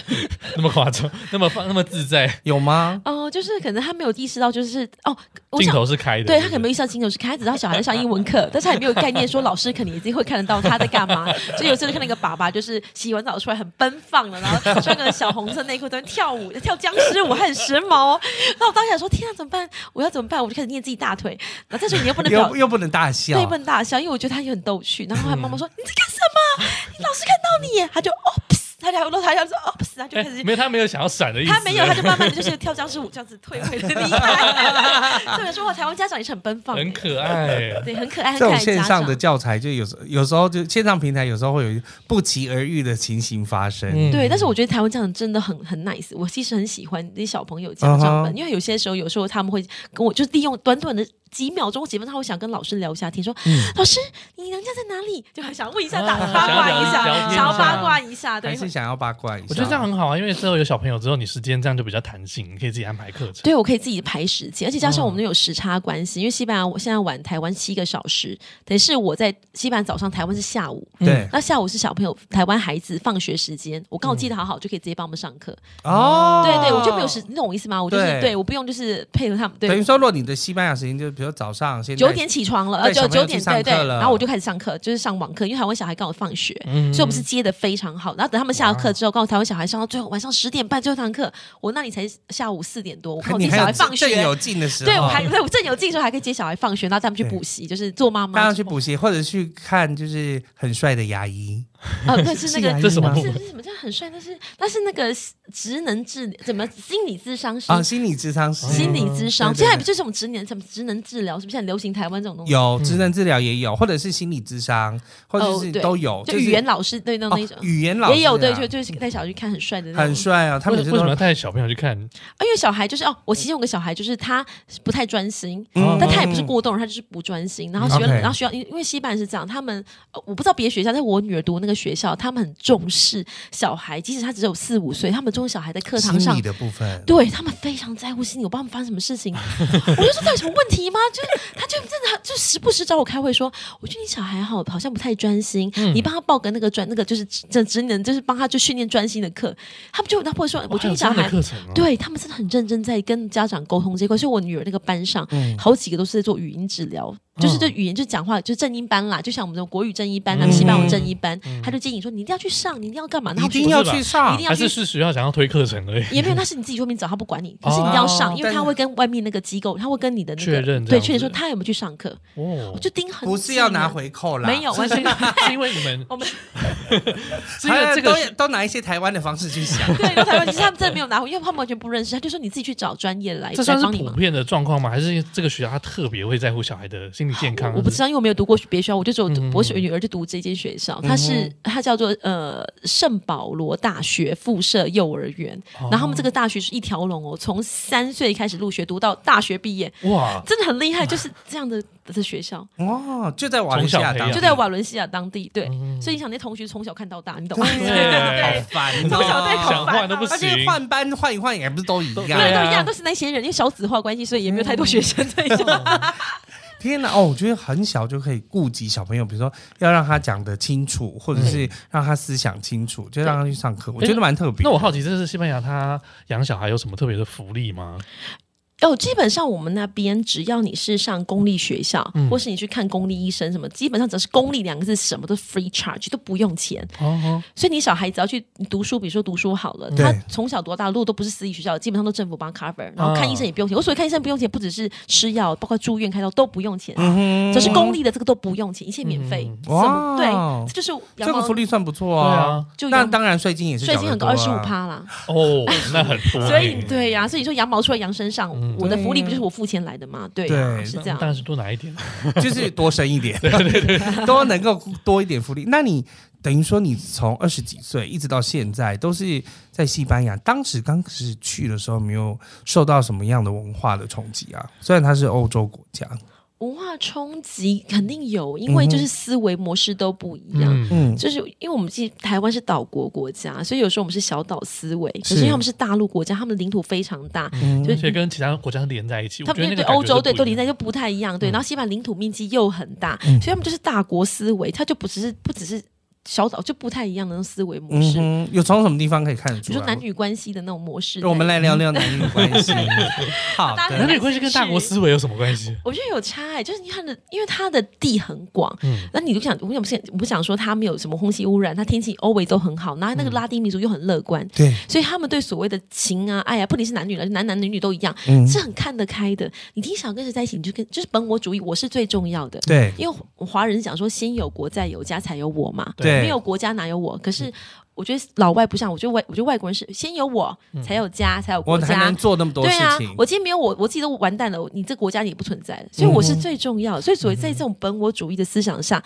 Speaker 1: 那么夸张， <laughs> 那么放，那么自在，
Speaker 2: 有吗？
Speaker 3: 哦、就是可能他没有意识到，就是哦，我
Speaker 1: 镜
Speaker 3: 想
Speaker 1: 头是开的，
Speaker 3: 对他可能
Speaker 1: 有
Speaker 3: 没有意识到镜头是开，只知道小孩在上英文课，但是他也没有概念说老师肯定已经会看得到他在干 <laughs> 嘛。所以有时候就看那个爸爸，就是洗完澡出来很奔放了，然后穿个小红色内裤在那边跳舞，跳僵尸舞，还很时髦哦。那我当时想说，天啊，怎么办？我要怎么办？我就开始捏自己大腿。然后但是你又不能表
Speaker 2: 又又不能大笑
Speaker 3: 对，不能大笑，因为我觉得他也很逗趣。然后他妈妈
Speaker 1: 嗯
Speaker 3: 说：“你在干什么？你老师看到你耶！”他就 ops，他就落台，他就说 ops，他就开始
Speaker 1: 哎没有，他没有想要闪的意思，
Speaker 3: 他没有，他就慢慢的就是跳僵尸舞这样子退回的厉害。这本说话，台湾家长也是很奔放的，
Speaker 1: 很可爱，
Speaker 3: 对，很可爱，很
Speaker 2: 这
Speaker 3: 可
Speaker 2: 种
Speaker 3: 爱
Speaker 2: 线
Speaker 3: 家
Speaker 2: 上
Speaker 3: 长
Speaker 2: 的。教材，就有时有时候就线上平台，有时候会有一不期而遇的情形发生。
Speaker 1: 嗯
Speaker 3: 对，啊但是我觉得台湾家长真的很很 nice，我其实很喜欢那些小朋友家长们
Speaker 2: 嗯哼
Speaker 3: 因为有些时候，有时候他们会跟我就是利用短短的几秒钟、几分钟，他会想跟老师聊一下天，说、老师你娘家在哪里？就很想问一下，
Speaker 1: 嗯啊
Speaker 3: 打八卦一
Speaker 1: 想
Speaker 3: 下，
Speaker 1: 要聊天一下
Speaker 3: 想要八卦一下，对
Speaker 2: 还，是想要八卦一下，
Speaker 1: 我觉得这样很好啊，因为之后有小朋友之后，你时间这样就比较弹性，你可以自己安排课程。
Speaker 3: 对，我可以自己排时间，而且加
Speaker 2: 嗯
Speaker 3: 上我们有时差关系，因为西班牙我现在晚台湾七个小时，等于是我在西班牙早上，台湾是下午。
Speaker 2: 嗯对
Speaker 3: 那下午是小朋友台湾孩子放学时间，我刚好记得好好，就可以直接帮他们上课。
Speaker 2: 嗯哦，
Speaker 3: 嗯对对，我就没有时，你懂我意思吗？我就是
Speaker 2: 对
Speaker 3: 对我不用就是配合他们，
Speaker 2: 等于
Speaker 3: 对，
Speaker 2: 说，若你的西班牙时间就比如早上先
Speaker 3: 九点起床了，呃，
Speaker 2: 带
Speaker 3: 九
Speaker 2: 小朋友
Speaker 3: 九点
Speaker 2: 去上
Speaker 3: 对对，
Speaker 2: 课了
Speaker 3: 然后我就开始上课，就是上网课，因为台湾小孩刚好放学，
Speaker 1: 嗯
Speaker 3: 所以我们是接的非常好。然后等他们下了课之后，刚好台湾小孩上到最后晚上十点半最后一堂课，我那里才下午四点多，我靠，
Speaker 2: 你
Speaker 3: 接
Speaker 2: 还
Speaker 3: 小
Speaker 2: 有
Speaker 3: 孩放学，
Speaker 2: 正有劲的时候，
Speaker 3: 对，我还对我正有劲的时候还可以接小孩放学，然后带他们去补习，就是做妈
Speaker 2: 大
Speaker 3: 妈
Speaker 2: 家去补习或者去看就是很帅的牙医，
Speaker 3: 啊，对，是那个
Speaker 2: <laughs>
Speaker 1: 这什么
Speaker 3: 是是什么？这样很帅，但是但是那个职能治怎么心理智商师、
Speaker 2: 啊，心理智商师
Speaker 3: 心理智商，
Speaker 2: 嗯对对
Speaker 3: 现在不就是这种职能什么职能治疗，是不是现在流行台湾这种东西？
Speaker 2: 有职能治疗也有，或者是心理智商，或者
Speaker 3: 嗯哦
Speaker 2: 是
Speaker 3: 对
Speaker 2: 都有，
Speaker 3: 就是语言老师对那
Speaker 2: 哦
Speaker 3: 那一种。
Speaker 2: 语言老师啊
Speaker 3: 也有对，就就是带小孩去看很帅的那
Speaker 2: 很
Speaker 3: 种，
Speaker 2: 帅啊，他
Speaker 1: 为
Speaker 2: 们
Speaker 1: 为
Speaker 2: 就
Speaker 1: 什么要
Speaker 2: 说
Speaker 1: 带小朋友去看？
Speaker 3: 啊因为小孩就是哦，我其实有个小孩，就是他不太专心，
Speaker 1: 嗯
Speaker 3: 但他也不是过动，他就是不专心。然后学，
Speaker 2: 哦嗯 OK
Speaker 3: 然后学校，因因为西班牙是这样，他们呃我不知道别的学校，但我女儿读那个学校，他们很重视小孩，即使他只有四五岁，他们重视小孩在课堂
Speaker 2: 心
Speaker 3: 上
Speaker 2: 理。的部分，
Speaker 3: 对他们非常在乎心理，我不知道他们发生什么事情，我就说到底有什么问题吗？就是他就真的就时不时找我开会说，我觉得你小孩好好像不太专心，
Speaker 2: 嗯
Speaker 3: 你帮他报个那个专那个就是这职能，就是帮他就训练专心的课。他们就他会说，我觉得你小
Speaker 1: 哇还有这样的
Speaker 3: 孩
Speaker 1: 课程
Speaker 2: 嗯
Speaker 1: 哦，
Speaker 3: 对他们
Speaker 2: 嗯
Speaker 3: 真的很认真在跟家长沟通这一块，所以我女儿那个班上、好几个都是在做语音治疗，就是这语言就讲话就正音班啦，就像我们的国语正一班啊、
Speaker 1: 嗯
Speaker 3: 西班牙正一班，
Speaker 2: 嗯
Speaker 3: 他就建议说你一定要去上，你一定要干啊嘛？然
Speaker 2: 一
Speaker 3: 后我就
Speaker 2: 定要去
Speaker 3: 你
Speaker 2: 上
Speaker 3: 一定，要
Speaker 1: 还
Speaker 3: 去
Speaker 1: 是是学校想要推课程而已。
Speaker 3: 也没有，那是你自己去外面找，他不管你，可是你要上，
Speaker 2: 哦
Speaker 3: 因为他会跟外面那个机构，他会跟你的那个
Speaker 1: 确认这
Speaker 3: 对
Speaker 1: 样子
Speaker 3: 确认说他有没有去上课，
Speaker 1: 哦
Speaker 3: 我，就盯很
Speaker 2: 不是要拿
Speaker 3: 紧啊，
Speaker 2: 回扣啦，
Speaker 3: 没有，完全
Speaker 1: 是因为你们
Speaker 3: <laughs> 我们。
Speaker 1: 是因为这
Speaker 2: 都
Speaker 1: 个
Speaker 2: 都拿一些台湾的方式去想
Speaker 1: <laughs>
Speaker 3: 对，然后台湾其实他们真的没有拿回，因为他们完全不认识，他就说你自己去找专业的来
Speaker 1: 这算
Speaker 3: 来
Speaker 1: 是
Speaker 3: 帮你
Speaker 1: 普
Speaker 3: 忙。
Speaker 1: 遍的状况吗？还是这个学校他特别会在乎小孩的心理健康？
Speaker 3: 我不知道，因为我没有读过别的学校，我就只有
Speaker 1: 嗯
Speaker 3: 我女儿就读这间学校，它是它叫做呃圣保罗大学附设幼儿园，
Speaker 1: 哦
Speaker 3: 然后他们这个大学是一条龙哦，从三岁开始入学读到大学毕业， <laughs>
Speaker 1: 哇，
Speaker 3: 真的很厉害，就是这样的的学校。
Speaker 2: 哦，就在瓦伦西亚
Speaker 1: 从小培
Speaker 2: 当
Speaker 1: 养
Speaker 3: 就在瓦伦西亚当地，对，所以你想那同学从小看到大，你懂吗？
Speaker 1: 嗯
Speaker 3: <laughs>
Speaker 1: 对啊
Speaker 2: 好烦哦，
Speaker 3: 从小对
Speaker 1: 想
Speaker 3: 好
Speaker 1: 换都不
Speaker 2: 而且
Speaker 1: 行。
Speaker 2: 换班换一换也不是都一
Speaker 1: 对
Speaker 3: 当
Speaker 1: 啊
Speaker 3: 然
Speaker 2: 样。
Speaker 3: 都一样，都是那些人，因为少子化关系，所以也没有太多
Speaker 1: 嗯
Speaker 3: 学生对
Speaker 1: <laughs>
Speaker 2: 天哪，哦，我觉得很小就可以顾及小朋友，比如说要让他讲得清楚，或者是让他思想清楚，就让他去上课，我觉得蛮特别。
Speaker 1: 那我好奇，这是西班牙他养小孩有什么特别的福利吗？
Speaker 3: 哦，基本上我们那边只要你是上公立学校，
Speaker 2: 嗯
Speaker 3: 或是你去看公立医生什么，基本上只要是公立两个字，什么都 free charge 都不用钱。
Speaker 1: 哦，
Speaker 3: 所以你小孩子要去读书，比如说读书好了，
Speaker 2: 嗯对啊
Speaker 3: 他从小读到大，如果都不是私立学校，基本上都政府帮他 cover，然后看医生也不用钱。我所谓看医生不用钱，不只是吃药，包括住院开刀都不用钱，
Speaker 2: 嗯
Speaker 3: 只是公立的这个都不用钱，一切免费。什么对
Speaker 2: 哇，
Speaker 3: 这就是
Speaker 2: 这
Speaker 3: 羊
Speaker 2: 个
Speaker 3: 毛
Speaker 2: 福利算不错
Speaker 1: 对
Speaker 2: 啊
Speaker 1: 啊。
Speaker 3: 就
Speaker 2: 那
Speaker 3: 羊
Speaker 2: 当然税金也是
Speaker 3: 税
Speaker 2: 缴
Speaker 3: 金
Speaker 2: 得
Speaker 3: 很高，
Speaker 2: 多
Speaker 3: 二
Speaker 2: 啊
Speaker 3: 十五趴啦。
Speaker 1: 哦，那很多欸，
Speaker 3: 所以对呀、所以说羊毛出在羊身上，我的福利
Speaker 2: 嗯对
Speaker 3: 不就是我付钱来的吗？对呀、
Speaker 2: 对
Speaker 3: 是
Speaker 1: 那
Speaker 3: 这样
Speaker 1: 当。然是多拿一点。
Speaker 3: <laughs>
Speaker 2: 就是多生一点，对对 <laughs> 对，多能够多一点福利。那你等于说你从二十几岁一直到现在都是在西班牙，当时刚开始去的时候没有受到什么样的文化的冲击啊？虽然它是欧洲国家，
Speaker 3: 文化冲击肯定有，因为就是思维模式都不一样。
Speaker 1: 嗯，
Speaker 2: 嗯，
Speaker 3: 就是因为我们记台湾是岛国国家，所以有时候我们是小岛思维。可
Speaker 2: 是嗯
Speaker 3: 是因为他们是大陆国家，他们领土非常大，就
Speaker 1: 而
Speaker 3: 是
Speaker 1: 且跟其他国家连在一起，
Speaker 3: 嗯他
Speaker 1: 我觉
Speaker 3: 们
Speaker 1: 得那
Speaker 3: 对
Speaker 1: 个
Speaker 3: 欧洲对都
Speaker 1: 都
Speaker 3: 连在就不太一
Speaker 2: 嗯
Speaker 3: 样。对，然后西班牙领土面积又很大，所以他们就是大国思维，它就不只是不只是小岛，就不太一样的那种思维模
Speaker 2: 嗯
Speaker 3: 式。
Speaker 2: 哼，有从什么地方可以看得
Speaker 3: 比
Speaker 2: 出
Speaker 3: 如说
Speaker 2: 来
Speaker 3: 男？女关系的那种模式在里面，
Speaker 2: 我们来聊聊男女关
Speaker 3: <laughs>
Speaker 2: 系。好
Speaker 3: 大家
Speaker 1: 男
Speaker 2: 的，
Speaker 1: 女关系跟大国思维有什么关系？
Speaker 3: 我觉得有差哎、就是你看的，因为它的地很广，
Speaker 1: 嗯
Speaker 3: 那你就想，我想不想，我不想说他们有什么空气污染，它天气 always 都很好，然后那
Speaker 2: 嗯
Speaker 3: 个拉丁民族又很乐观，
Speaker 2: 对，
Speaker 3: 所以他们对所谓的情啊、爱啊，不仅是男女了，男男女女都一样，
Speaker 2: 嗯，
Speaker 3: 是很看得开的。你挺想跟谁在一起，你就跟就是本我主义，我是最重要的。
Speaker 2: 对
Speaker 3: 因为华人讲说，先有国再有家才有我嘛，
Speaker 2: 对
Speaker 3: 没有国家哪有我？可是我觉得老外不像，我觉得外，我觉得外国人是先有我才有家，才有
Speaker 2: 嗯我
Speaker 3: 国
Speaker 2: 还
Speaker 3: 家
Speaker 2: 能。做那么多
Speaker 3: 对
Speaker 2: 事
Speaker 3: 啊
Speaker 2: 情，，
Speaker 3: 我今天没有我，我自己都完蛋了，你这国家也不存在了，所以我
Speaker 2: 嗯
Speaker 3: 是最重要的。所以，所以在这种本我主义的思想下，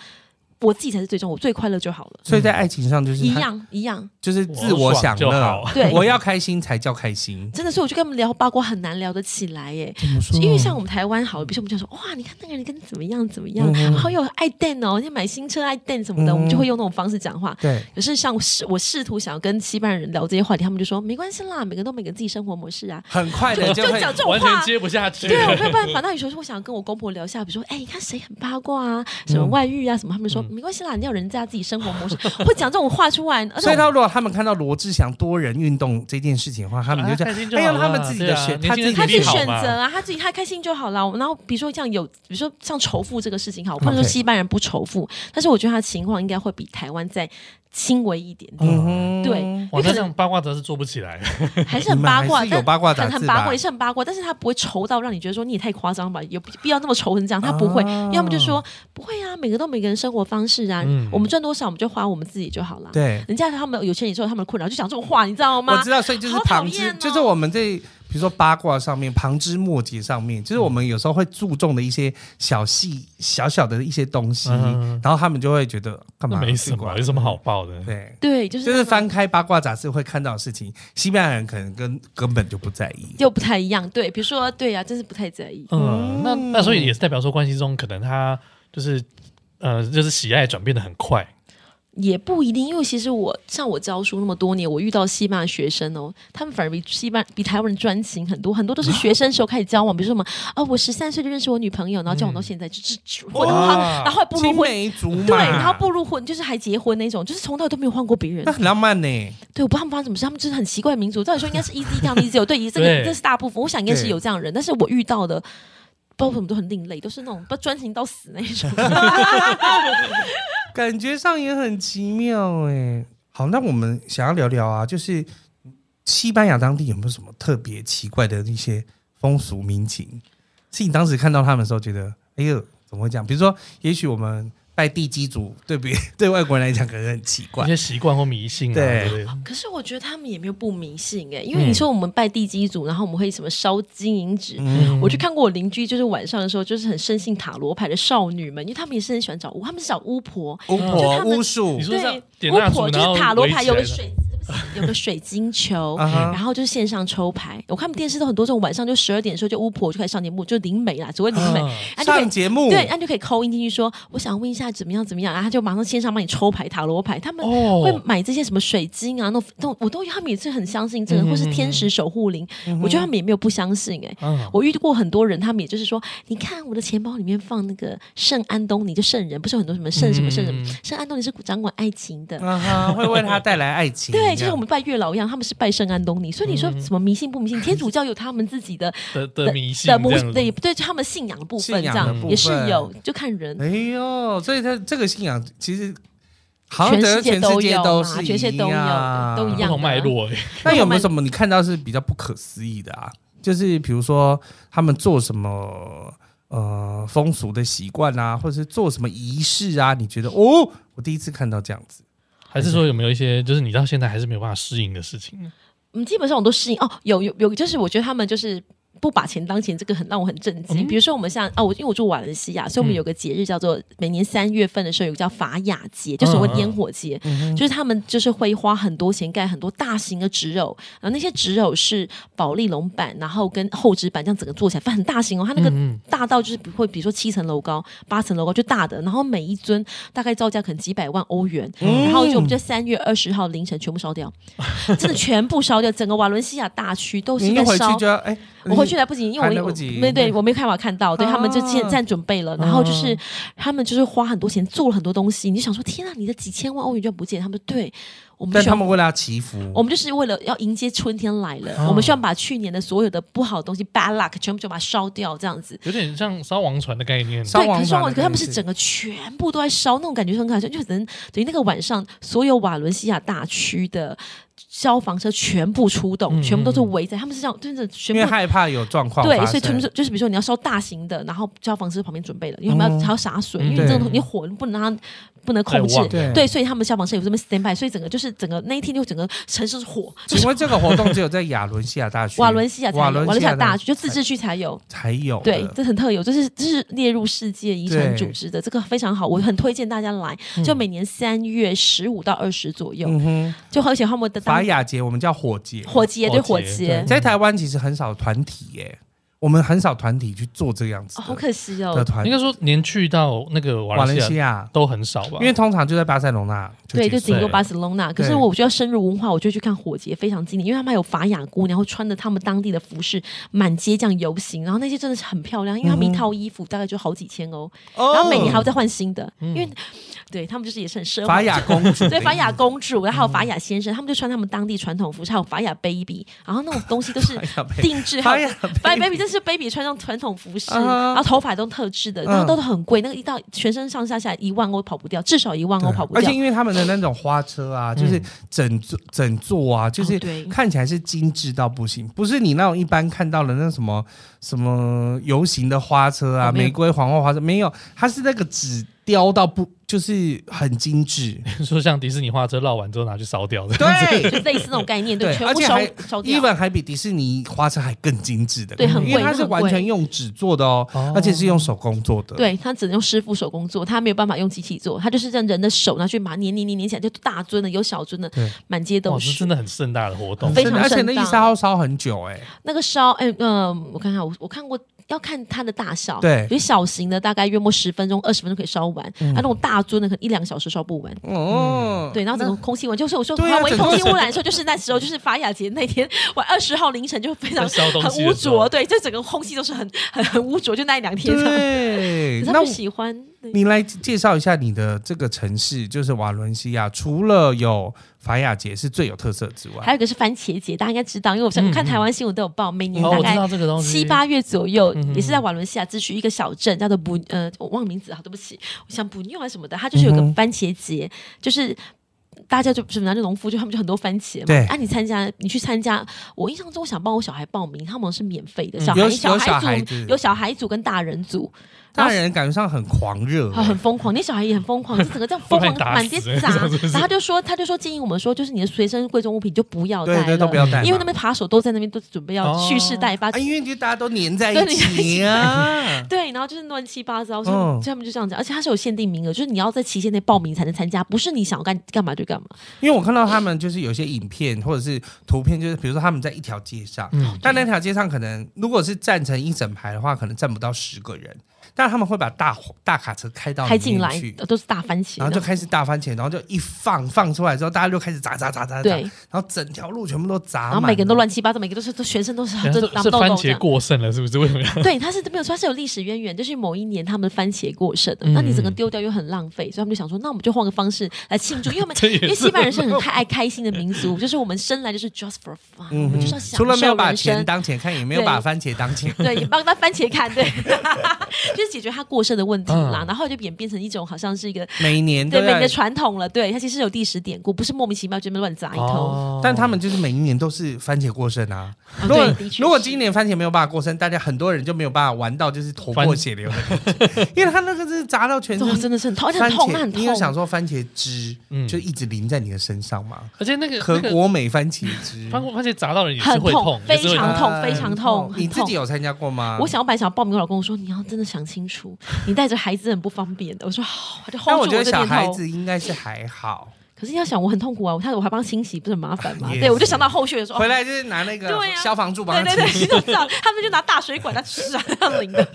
Speaker 3: 我自己才是最重要，我最快乐就好了。
Speaker 2: 所以在爱情上就是
Speaker 3: 嗯一
Speaker 2: 他
Speaker 3: 样一样，
Speaker 2: 就是自我享
Speaker 1: 我爽就
Speaker 2: 乐
Speaker 1: 好，
Speaker 3: 对
Speaker 2: 我要开心才叫开心。
Speaker 3: 真的是，我就跟他们聊八卦很难聊得起来耶。
Speaker 2: 怎么说
Speaker 3: 因为像我们台湾好，比如说我们就说哇，你看那个人跟怎么样怎么样，好有爱戴哦，人家买新车爱戴什么的，
Speaker 2: 嗯
Speaker 3: 我们就会用那种方式讲话。
Speaker 2: 对，
Speaker 3: 可是像我试我试图想要跟西班牙人聊这些话题，他们就说没关系啦，每个人都每个人自己生活模式啊，
Speaker 2: 很快的
Speaker 3: 就
Speaker 2: 就会
Speaker 3: 就讲这种
Speaker 1: 完
Speaker 3: 话
Speaker 1: 全。接不下去。
Speaker 3: 对啊，我没有办法。那有时候我想跟我公婆聊一下，比如说，哎、你看谁很八卦啊，什
Speaker 2: 嗯
Speaker 3: 么外遇啊，什么，他们就说、没关系啦，你要有人家自己生活模式，会讲这种话出来。而且
Speaker 2: 所以，
Speaker 3: 我
Speaker 2: 他如果他们看到罗志祥多人运动这件事情的话，他们就
Speaker 1: 啊
Speaker 2: 这
Speaker 1: 开
Speaker 2: 样
Speaker 1: 心，就
Speaker 2: 哎呀，
Speaker 1: 好
Speaker 2: 他们
Speaker 1: 啦
Speaker 2: 自己的
Speaker 1: 对啊
Speaker 2: 选，
Speaker 1: 年
Speaker 2: 他
Speaker 1: 轻
Speaker 2: 自己
Speaker 1: 人
Speaker 2: 的
Speaker 3: 他
Speaker 1: 自己
Speaker 3: 去
Speaker 2: 选
Speaker 1: 好
Speaker 3: 选
Speaker 1: 嘛
Speaker 3: 择啊，他自己他开心就好了。然后比如说像有，比如说像仇富这个事情好，我不能说
Speaker 2: OK
Speaker 3: 西班牙人不仇富，但是我觉得他的情况应该会比台湾再轻微一点点，
Speaker 2: 嗯哼
Speaker 3: 对，
Speaker 1: 哇，那
Speaker 3: 有可
Speaker 1: 这
Speaker 3: 能
Speaker 1: 样八卦真的是做不起来。
Speaker 3: 还是很八卦，
Speaker 2: 你们还是有
Speaker 3: 但
Speaker 2: 八卦杂
Speaker 3: 很
Speaker 2: 志
Speaker 3: 很
Speaker 2: 吧
Speaker 3: 八卦，也是很八卦，但是他不会仇到让你觉得说你也太夸张吧，有必要那么仇成这样？他不会，
Speaker 2: 啊
Speaker 3: 要么就说不会啊，每个都每个人生活方式啊，
Speaker 1: 嗯
Speaker 3: 我们赚多少我们就花我们自己就好了。
Speaker 2: 对，
Speaker 3: 人家他们有钱也是有他们的困扰，就讲这种话，你知道
Speaker 2: 我
Speaker 3: 吗
Speaker 2: 知？道，所以就是
Speaker 3: 好讨
Speaker 2: 旁枝，
Speaker 3: 厌哦
Speaker 2: 就是我们在比如说八卦上面、旁枝末节上面，就是我们有时候会注重的一些小细、小小的一些东西，
Speaker 1: 嗯
Speaker 2: 然后他们就会觉得干
Speaker 1: 那
Speaker 2: 嘛
Speaker 1: 没什么，有什么好？报的嗯
Speaker 2: 奇怪？对。
Speaker 3: 对，就是
Speaker 2: 就是
Speaker 3: 那种
Speaker 2: 翻开八卦杂志会看到的事情，西班牙人可能跟根本就不在意。
Speaker 3: 又不太一样。对，比如说对啊，真是不太在意。
Speaker 1: 嗯，那那所以也是代表说，关系中可能他就是呃，就是喜爱转变的很快。
Speaker 3: 也不一定，因为其实我像我教书那么多年，我遇到西班牙学生哦，他们反而比西班比台湾人专情很多，很多都是学生时候开始交往，比如说什么
Speaker 2: 嗯
Speaker 3: 啊、我十三岁就认识我女朋友，然后交往到现在，就就就婚后他们，然后还步入
Speaker 2: 青
Speaker 3: 婚，
Speaker 2: 梅竹马，
Speaker 3: 对，然后步入婚就是还结婚那种，就是从头都没有换过别人
Speaker 2: 那。很浪漫呢、
Speaker 3: 对，我不知道他们发生什么事，他们就是很奇怪的
Speaker 1: <laughs>
Speaker 3: 民族。照理说应该是 easy 这样 easy，哦对，这
Speaker 1: 对
Speaker 3: 个这是大部分，我想应该是有这样的人，但是我遇到的。道为什么都很另类，都是那种不专情到死
Speaker 1: <laughs>
Speaker 3: 那一种。
Speaker 2: 感觉上也很奇妙哎、好，那我们想要聊聊啊，就是西班牙当地有没有什么特别奇怪的一些风俗民情？是你当时看到他们的时候觉得，哎呦，怎么会这样？比如说，也许我们拜地基主，对别 <laughs> 对外国人来讲可能很奇怪
Speaker 1: 一，些
Speaker 3: 嗯
Speaker 1: 习惯或迷信啊，
Speaker 2: 对
Speaker 1: 对不对？
Speaker 3: 可是我觉得他们也没有不迷信哎、
Speaker 1: 嗯
Speaker 3: 因为你说我们拜地基组，然后我们会什么烧金银纸。
Speaker 1: 嗯
Speaker 3: 我去看过我邻居，就是晚上的时候，就是很深信塔罗牌的少女们，因为他们也是很喜欢找巫，他们是找巫婆，
Speaker 2: 巫
Speaker 3: 就是
Speaker 2: 婆
Speaker 3: 他们
Speaker 2: 巫术
Speaker 1: 你，说像
Speaker 3: 对，
Speaker 1: 点
Speaker 3: 巫
Speaker 1: 蜡烛
Speaker 3: 婆就
Speaker 1: 然后
Speaker 3: 是塔罗
Speaker 1: 围起
Speaker 3: 牌有
Speaker 1: 来
Speaker 3: 个
Speaker 1: 的
Speaker 3: 水，对不起有个水
Speaker 1: <laughs>
Speaker 3: 晶球，
Speaker 2: 啊哈
Speaker 3: 然后就是线上抽牌。我看电视都很多这种晚上就十二点的时候就巫婆就开始上节目，就灵媒啦，只会灵媒，
Speaker 1: 啊
Speaker 3: 啊就可以
Speaker 2: 上节目
Speaker 3: 对，那就可以扣音进去说，我想问一下怎么样怎么样，然后他就马上线上帮你抽牌塔罗牌，他们
Speaker 1: 哦
Speaker 3: 会买这些什么水晶啊，那种那种我都他们也是很相信这个，或是天使守护灵，我觉得他们也没有不相信哎、
Speaker 1: 嗯
Speaker 3: 我遇过很多人，他们也就是说，你看我的钱包里面放那个圣安东尼，就圣人，不是有很多什么圣什么圣什
Speaker 1: 嗯
Speaker 3: 么，圣安东尼是掌管爱情的，
Speaker 2: 啊哈，会为他带来爱情。
Speaker 3: 对，就
Speaker 2: 这
Speaker 3: 是
Speaker 2: 样嗯
Speaker 3: 我们拜月老一样，他们是拜圣安东尼，所以你说什么迷信不
Speaker 2: <laughs>
Speaker 3: 迷信？天主教有他们自己的
Speaker 1: 的的迷信
Speaker 3: 的
Speaker 1: 这
Speaker 3: 模
Speaker 1: 样
Speaker 3: 对
Speaker 1: 子，
Speaker 3: 对，就他们信仰的部分
Speaker 2: 信
Speaker 3: 这
Speaker 2: 仰的
Speaker 3: 样
Speaker 2: 部
Speaker 3: 也是
Speaker 2: 分
Speaker 3: 有，就看人。
Speaker 2: 哎呦，所以他这个信仰其实好像
Speaker 3: 全世界
Speaker 2: 全世界
Speaker 3: 都有
Speaker 2: 都
Speaker 3: 嘛
Speaker 2: 是啊
Speaker 3: 全世界都有
Speaker 2: 样
Speaker 3: 都一
Speaker 1: 不
Speaker 3: 样
Speaker 1: 同脉络哎，
Speaker 2: 那有没有什么你看到是比较不可思议的啊？就是比如说他们做什么呃风俗的习惯啊，或者是做什么仪式啊？你觉得哦，我第一次看到这样子，
Speaker 1: 还是说有没有一些就是你到现在还是没有办法适应的事情啊呢？
Speaker 3: 嗯，基本上我都适应。哦，有有有，就是我觉得他们就是。不把钱当钱，这个很让我很震惊。比如说，我们像哦，我因为我住瓦伦西亚，所以我们有个节日叫做每年三月份的时候有个叫法雅节，就所谓烟火节，就是他们就是会花很多钱盖很多大型的纸偶，然后那些纸偶是保利龙板，然后跟厚纸板这样整个做起来，反正很大型哦。它那个大到就是会比如说七层楼高、八层楼高，就大的，然后每一尊大概造价可能几百万欧元，
Speaker 2: 嗯
Speaker 3: 然后就我们就三月二十号凌晨全部烧掉。
Speaker 2: <laughs>
Speaker 3: 真的全部烧掉，整个瓦伦西亚大区都是
Speaker 2: 你一
Speaker 3: 在
Speaker 2: 回
Speaker 3: 烧
Speaker 2: 去就。要哎，
Speaker 3: 我回去来不及，因为
Speaker 2: 还
Speaker 3: 我
Speaker 2: 来不
Speaker 3: 我
Speaker 2: 及嗯
Speaker 3: 没对我没看法看到，对、
Speaker 2: 啊嗯
Speaker 3: 他们就现在准备了，然后就是、他们就是花很多钱做了很多东西，你就想说天啊，你的几千万欧元就不见，他们说对我们
Speaker 2: 但
Speaker 3: 需
Speaker 2: 他
Speaker 3: 要
Speaker 2: 们为了要祈福，
Speaker 3: 我们就是为了要迎接春天来了，我
Speaker 2: 啊
Speaker 3: 们需要把去年的所有的不好的东西 bad luck 全部就把它烧掉，这样子。
Speaker 1: 有点像烧王船的概念，
Speaker 2: 烧
Speaker 3: 对，
Speaker 2: 王
Speaker 3: 可是双
Speaker 2: 船
Speaker 3: 网，
Speaker 2: 的
Speaker 3: 可是他们
Speaker 2: 感
Speaker 3: 是
Speaker 2: 觉
Speaker 3: 整个全部都在烧，那种感觉很可笑，就只能等于那个晚上，所有瓦伦西亚大区的消防车全部出动，全部都是围在，他们是这样，真的全
Speaker 2: 嗯因为
Speaker 3: 部。
Speaker 2: 害怕有状况
Speaker 3: 对，
Speaker 2: 发
Speaker 3: 所以全
Speaker 2: 生
Speaker 3: 部是就是比如说你要烧大型的，然后消防车旁边准备了，因为他们要、还要洒水，因为
Speaker 2: 对
Speaker 3: 你这种你火不能让它不能控制
Speaker 1: 太旺，
Speaker 2: 对
Speaker 3: 对，所以他们消防车有这边 stand by，所以整个就是整个那一天就整个城市是火，
Speaker 2: 请问这个活动只有在亚伦西亚大学、
Speaker 3: 瓦伦西亚才有，
Speaker 2: 瓦
Speaker 3: 瓦
Speaker 2: 伦
Speaker 3: 伦西亚大
Speaker 2: 学
Speaker 3: 区就自治区才有，
Speaker 2: 才有的？
Speaker 3: 对，这很特有，这是这是列入世界遗产组织的，这个非常好，我很推荐大家来。就每年三月十五到二十左右，
Speaker 2: 嗯嗯哼，
Speaker 3: 就而且他们的当
Speaker 2: 法雅节我们叫火节，
Speaker 3: 火节对
Speaker 1: 火
Speaker 3: 火
Speaker 1: 节
Speaker 3: 节，
Speaker 2: 在台湾其实很少团体耶、我们很少团体去做这样子
Speaker 3: 哦
Speaker 2: 的、
Speaker 3: 好可惜
Speaker 2: 的
Speaker 3: 哦。
Speaker 2: 团
Speaker 1: 应该说连去到那个瓦
Speaker 2: 瓦伦
Speaker 1: 伦
Speaker 2: 西
Speaker 1: 亚
Speaker 2: 亚，
Speaker 1: 都很少吧，
Speaker 2: 因为通常就在巴塞隆纳就
Speaker 3: 对，
Speaker 2: 结
Speaker 3: 就
Speaker 2: 束
Speaker 3: 顶
Speaker 2: 了，
Speaker 3: 多巴塞隆纳。可是
Speaker 2: 对
Speaker 3: 我就要深入文化，我就去看火节，非常经典，因为他们还有法雅姑娘会穿着他们当地的服饰满街这样游行，然后那些真的是很漂亮，因为他们一套衣服大概就好几千欧，
Speaker 2: 嗯哦嗯
Speaker 3: 然后每年还要再换新的，因为对他们就是也是很奢华
Speaker 2: 法。雅公主，
Speaker 3: 对
Speaker 2: <laughs>
Speaker 3: 法雅公主，然后还有法雅先生，他们就穿他们当地传统服饰，还有法雅 baby，然后那种东西
Speaker 2: <laughs>
Speaker 3: 都是
Speaker 2: 雅 baby
Speaker 3: 定制，
Speaker 2: 法
Speaker 3: 还
Speaker 2: 雅
Speaker 3: 有法雅
Speaker 2: baby
Speaker 3: baby，这是 baby 穿上传统服饰，
Speaker 2: 啊哈嗯
Speaker 3: 然后头发都特制的，然后都很贵，那个一到全身上下下来一万欧跑不掉，至少一万欧跑不
Speaker 2: 啊而
Speaker 3: 掉嗯
Speaker 2: 且。因为他们的那种花车啊，就是整座整座啊，就是
Speaker 3: 哦对
Speaker 2: 看起来是精致到不行，不是你那种一般看到的那什么什么游行的花车啊，
Speaker 3: 哦没有
Speaker 2: 玫瑰皇后花车没有，它是那个纸雕到不就是很精
Speaker 3: <laughs>
Speaker 2: 致，
Speaker 1: <laughs> 说像迪士尼花车绕完之后拿去烧掉的，
Speaker 2: 对
Speaker 3: 就类似那种概
Speaker 2: <laughs>
Speaker 3: 念，
Speaker 2: 对
Speaker 3: 对，全
Speaker 2: 而
Speaker 3: 部
Speaker 2: 且
Speaker 3: 烧
Speaker 2: 还
Speaker 3: 烧掉。
Speaker 2: ，even 还比迪士尼花车还更精致的，嗯
Speaker 3: 对很
Speaker 2: 因为
Speaker 3: 贵
Speaker 2: 它是完全用纸做的哦
Speaker 1: 很，贵
Speaker 2: 而且是用手工做的，，
Speaker 3: 对他只能用师傅手工做，他没有办法用机器做，他就是让人的手拿去把它粘粘粘粘起来，就大尊的有小尊的
Speaker 2: 对，
Speaker 3: 满街都
Speaker 1: 哇，是
Speaker 3: 是
Speaker 1: 真。的很盛大的活动
Speaker 2: 很，
Speaker 3: 非
Speaker 2: 盛
Speaker 3: 常
Speaker 2: 大嗯而且那
Speaker 3: 盛大
Speaker 2: 一烧烧很久哎，
Speaker 3: 那个烧，哎、嗯、我看看，我我看过，要看它的大小，
Speaker 2: 对嗯
Speaker 3: 有小型的大概约莫十分钟、二十分钟可以烧完，啊，那种大尊的可能一两个小时烧不完。
Speaker 2: 哦，
Speaker 3: 对，然后整个空气污染，就是我说
Speaker 2: 对啊
Speaker 3: 它唯一
Speaker 2: 整个
Speaker 3: 空气污染的时候，就是那时候，就是法雅节那天， <laughs> 我二十号凌晨就非
Speaker 1: 在
Speaker 3: 常
Speaker 1: 烧东西
Speaker 3: 很污
Speaker 1: 的时候
Speaker 3: <laughs> 浊，对，就整个空气都是很很很污浊，就那一两天这样。
Speaker 2: 对，
Speaker 3: 可是
Speaker 2: 那
Speaker 3: 他
Speaker 2: 我
Speaker 3: 不喜欢，
Speaker 2: 你来介绍一下你的这个城市，就是瓦伦西亚，除了有法雅节是最有特色之
Speaker 3: 还
Speaker 2: 外，
Speaker 3: 有一个是番茄节，大家应该知道，因为我想
Speaker 1: 嗯
Speaker 3: 我看台湾新闻都有报，每年
Speaker 1: 哦，我
Speaker 3: 大
Speaker 1: 知
Speaker 3: 概
Speaker 1: 道这个东西，
Speaker 3: 七八月左右，
Speaker 1: 嗯哼
Speaker 3: 也是在瓦伦西亚自区一个小镇，叫做布呃，我忘了名字啊，对不起，我想布纽还是什么的，它就是有
Speaker 2: 嗯
Speaker 3: 个
Speaker 2: 哼
Speaker 3: 番茄节，就是。大家就什么，就农夫就他们就很多番茄嘛。
Speaker 2: 对
Speaker 3: 啊，你参加，你去参加。我印象中，我想帮我小孩报名，他们是免费的。小
Speaker 2: 嗯
Speaker 3: 孩、
Speaker 2: 有
Speaker 3: 小
Speaker 2: 有小
Speaker 3: 孩
Speaker 2: 孩
Speaker 3: 组
Speaker 2: 子
Speaker 3: 有小孩组跟大人组，
Speaker 2: 大人感觉上很狂热、哎
Speaker 3: 啊，很疯狂，那小孩也很疯狂，就整个这样
Speaker 1: 会
Speaker 3: 疯
Speaker 1: 被
Speaker 2: <laughs>
Speaker 3: 狂
Speaker 1: 打
Speaker 3: 满地
Speaker 1: 死
Speaker 3: 砸。
Speaker 1: 是不是
Speaker 3: 然后他就说，他就说建议我们说，就是你的随身贵重物品就不要带
Speaker 2: 对
Speaker 3: 了，
Speaker 2: 对，都不要带嘛，
Speaker 3: 因为那边扒手都在那边都准备要
Speaker 1: 哦
Speaker 3: 蓄势待发。
Speaker 2: 啊，因为就大家都黏在
Speaker 3: 对
Speaker 2: 一起啊，
Speaker 3: 对，然后就是乱七八糟，所以
Speaker 2: 嗯
Speaker 3: 所以他们就这样讲，而且它是有限定名额，就是你要在期限内报名才能参加，不是你想要干干嘛就干嘛。
Speaker 2: 因为我看到他们就是有些影片或者是图片，就是比如说他们在一条街上，
Speaker 1: 嗯
Speaker 2: 但那条街上可能如果是站成一整排的话，可能站不到十个人，但他们会把大大卡车开到
Speaker 3: 开
Speaker 2: 里
Speaker 3: 进
Speaker 2: 面
Speaker 3: 来
Speaker 2: 去。
Speaker 3: 呃都是大番茄
Speaker 2: 然后就
Speaker 3: 的，
Speaker 2: 开始大番茄，然后就一放放出来之后，大家就开始砸砸砸砸砸，
Speaker 3: 对
Speaker 2: 然后整条路全部都砸满
Speaker 3: 然后每个人都乱七八糟，每个都是都全身都是
Speaker 1: 等下
Speaker 3: 都
Speaker 1: 是
Speaker 3: 拿
Speaker 1: 是
Speaker 3: 不到
Speaker 1: 番
Speaker 3: 哦肉这
Speaker 1: 茄
Speaker 3: 样。
Speaker 1: 过剩了，是不是？为什么要？
Speaker 3: 对，它是没有错，它是有历史渊源，就是某一年他们番茄过剩的，
Speaker 1: 嗯
Speaker 3: 那你整个丢掉又很浪费，所以他们就想说，那我们就换个方式来庆祝，因为我们
Speaker 1: <laughs> 这也
Speaker 3: 因为
Speaker 1: 是
Speaker 3: 西班牙人是很爱开心的民族，就是我们生来就是 just for fun，、我
Speaker 2: 嗯
Speaker 3: 们就是
Speaker 2: 哼
Speaker 3: 要，享
Speaker 2: 除了没有
Speaker 3: 受
Speaker 2: 把
Speaker 3: 人
Speaker 2: 钱
Speaker 3: 生。
Speaker 2: 当钱看，也没有
Speaker 3: 对
Speaker 2: 把番茄当钱。
Speaker 3: <laughs> 对，也帮他番茄看，
Speaker 2: <laughs>
Speaker 3: 对，就是解决他过剩的问题
Speaker 1: 嗯
Speaker 3: 啦。然后就演变成一种好像是一个
Speaker 2: 每年都
Speaker 3: 对每
Speaker 2: 要
Speaker 3: 个，传统了，对，它其实有历史典故，不是莫名其妙就那么乱砸一
Speaker 1: 哦
Speaker 3: 通。
Speaker 2: 但他们就是每一年都是番茄过剩啊。
Speaker 3: 哦
Speaker 2: 哦如果
Speaker 3: 对的确
Speaker 2: 如果
Speaker 3: 是
Speaker 2: 今年番茄没有办法过剩，大家很多人就没有办法玩到就是头破
Speaker 1: 番
Speaker 2: 血流的感觉，
Speaker 3: <laughs>
Speaker 2: 因为他那个是砸到全
Speaker 3: 哇，
Speaker 2: 身
Speaker 3: 真的是很痛，而且
Speaker 2: 番
Speaker 3: 很痛，那
Speaker 2: 茄，
Speaker 3: 很
Speaker 2: 你有想
Speaker 3: 痛。
Speaker 2: 说番茄汁
Speaker 1: 嗯
Speaker 2: 就一直淋在你的身上吗？
Speaker 1: 而且那个
Speaker 2: 和
Speaker 1: 那个
Speaker 2: 国美番茄
Speaker 3: <laughs>
Speaker 2: 汁，
Speaker 1: 番茄番茄砸到人也是
Speaker 3: 很
Speaker 1: 会
Speaker 3: 痛，
Speaker 1: 也
Speaker 3: 非
Speaker 1: 是会
Speaker 3: 常
Speaker 2: 啊
Speaker 3: 痛，非常痛，
Speaker 2: 你
Speaker 3: 很
Speaker 2: 自
Speaker 3: 痛
Speaker 2: 己。有参加过吗？
Speaker 3: 我想要本来想要报名，我老公说你要真的想清楚，你带着孩子很不方便的。我说好，他就 hold
Speaker 2: 但
Speaker 3: 住
Speaker 2: 我觉得
Speaker 3: 这
Speaker 2: 小
Speaker 3: 念
Speaker 2: 孩 <laughs>
Speaker 3: 头。
Speaker 2: 子应该是还好，
Speaker 3: 可是要想我很痛苦啊，我他我还帮他清洗，不是很麻烦吗？
Speaker 2: 也
Speaker 3: 对，我就是想到后续的时候，
Speaker 2: 回
Speaker 3: 哦
Speaker 2: 来就是拿那个
Speaker 3: 对啊
Speaker 2: 消防柱帮
Speaker 3: 对
Speaker 2: 他
Speaker 3: 对
Speaker 2: 清洗。
Speaker 3: 对，你都知道，他们就拿大水管在吃 <laughs> 啊，这样淋的。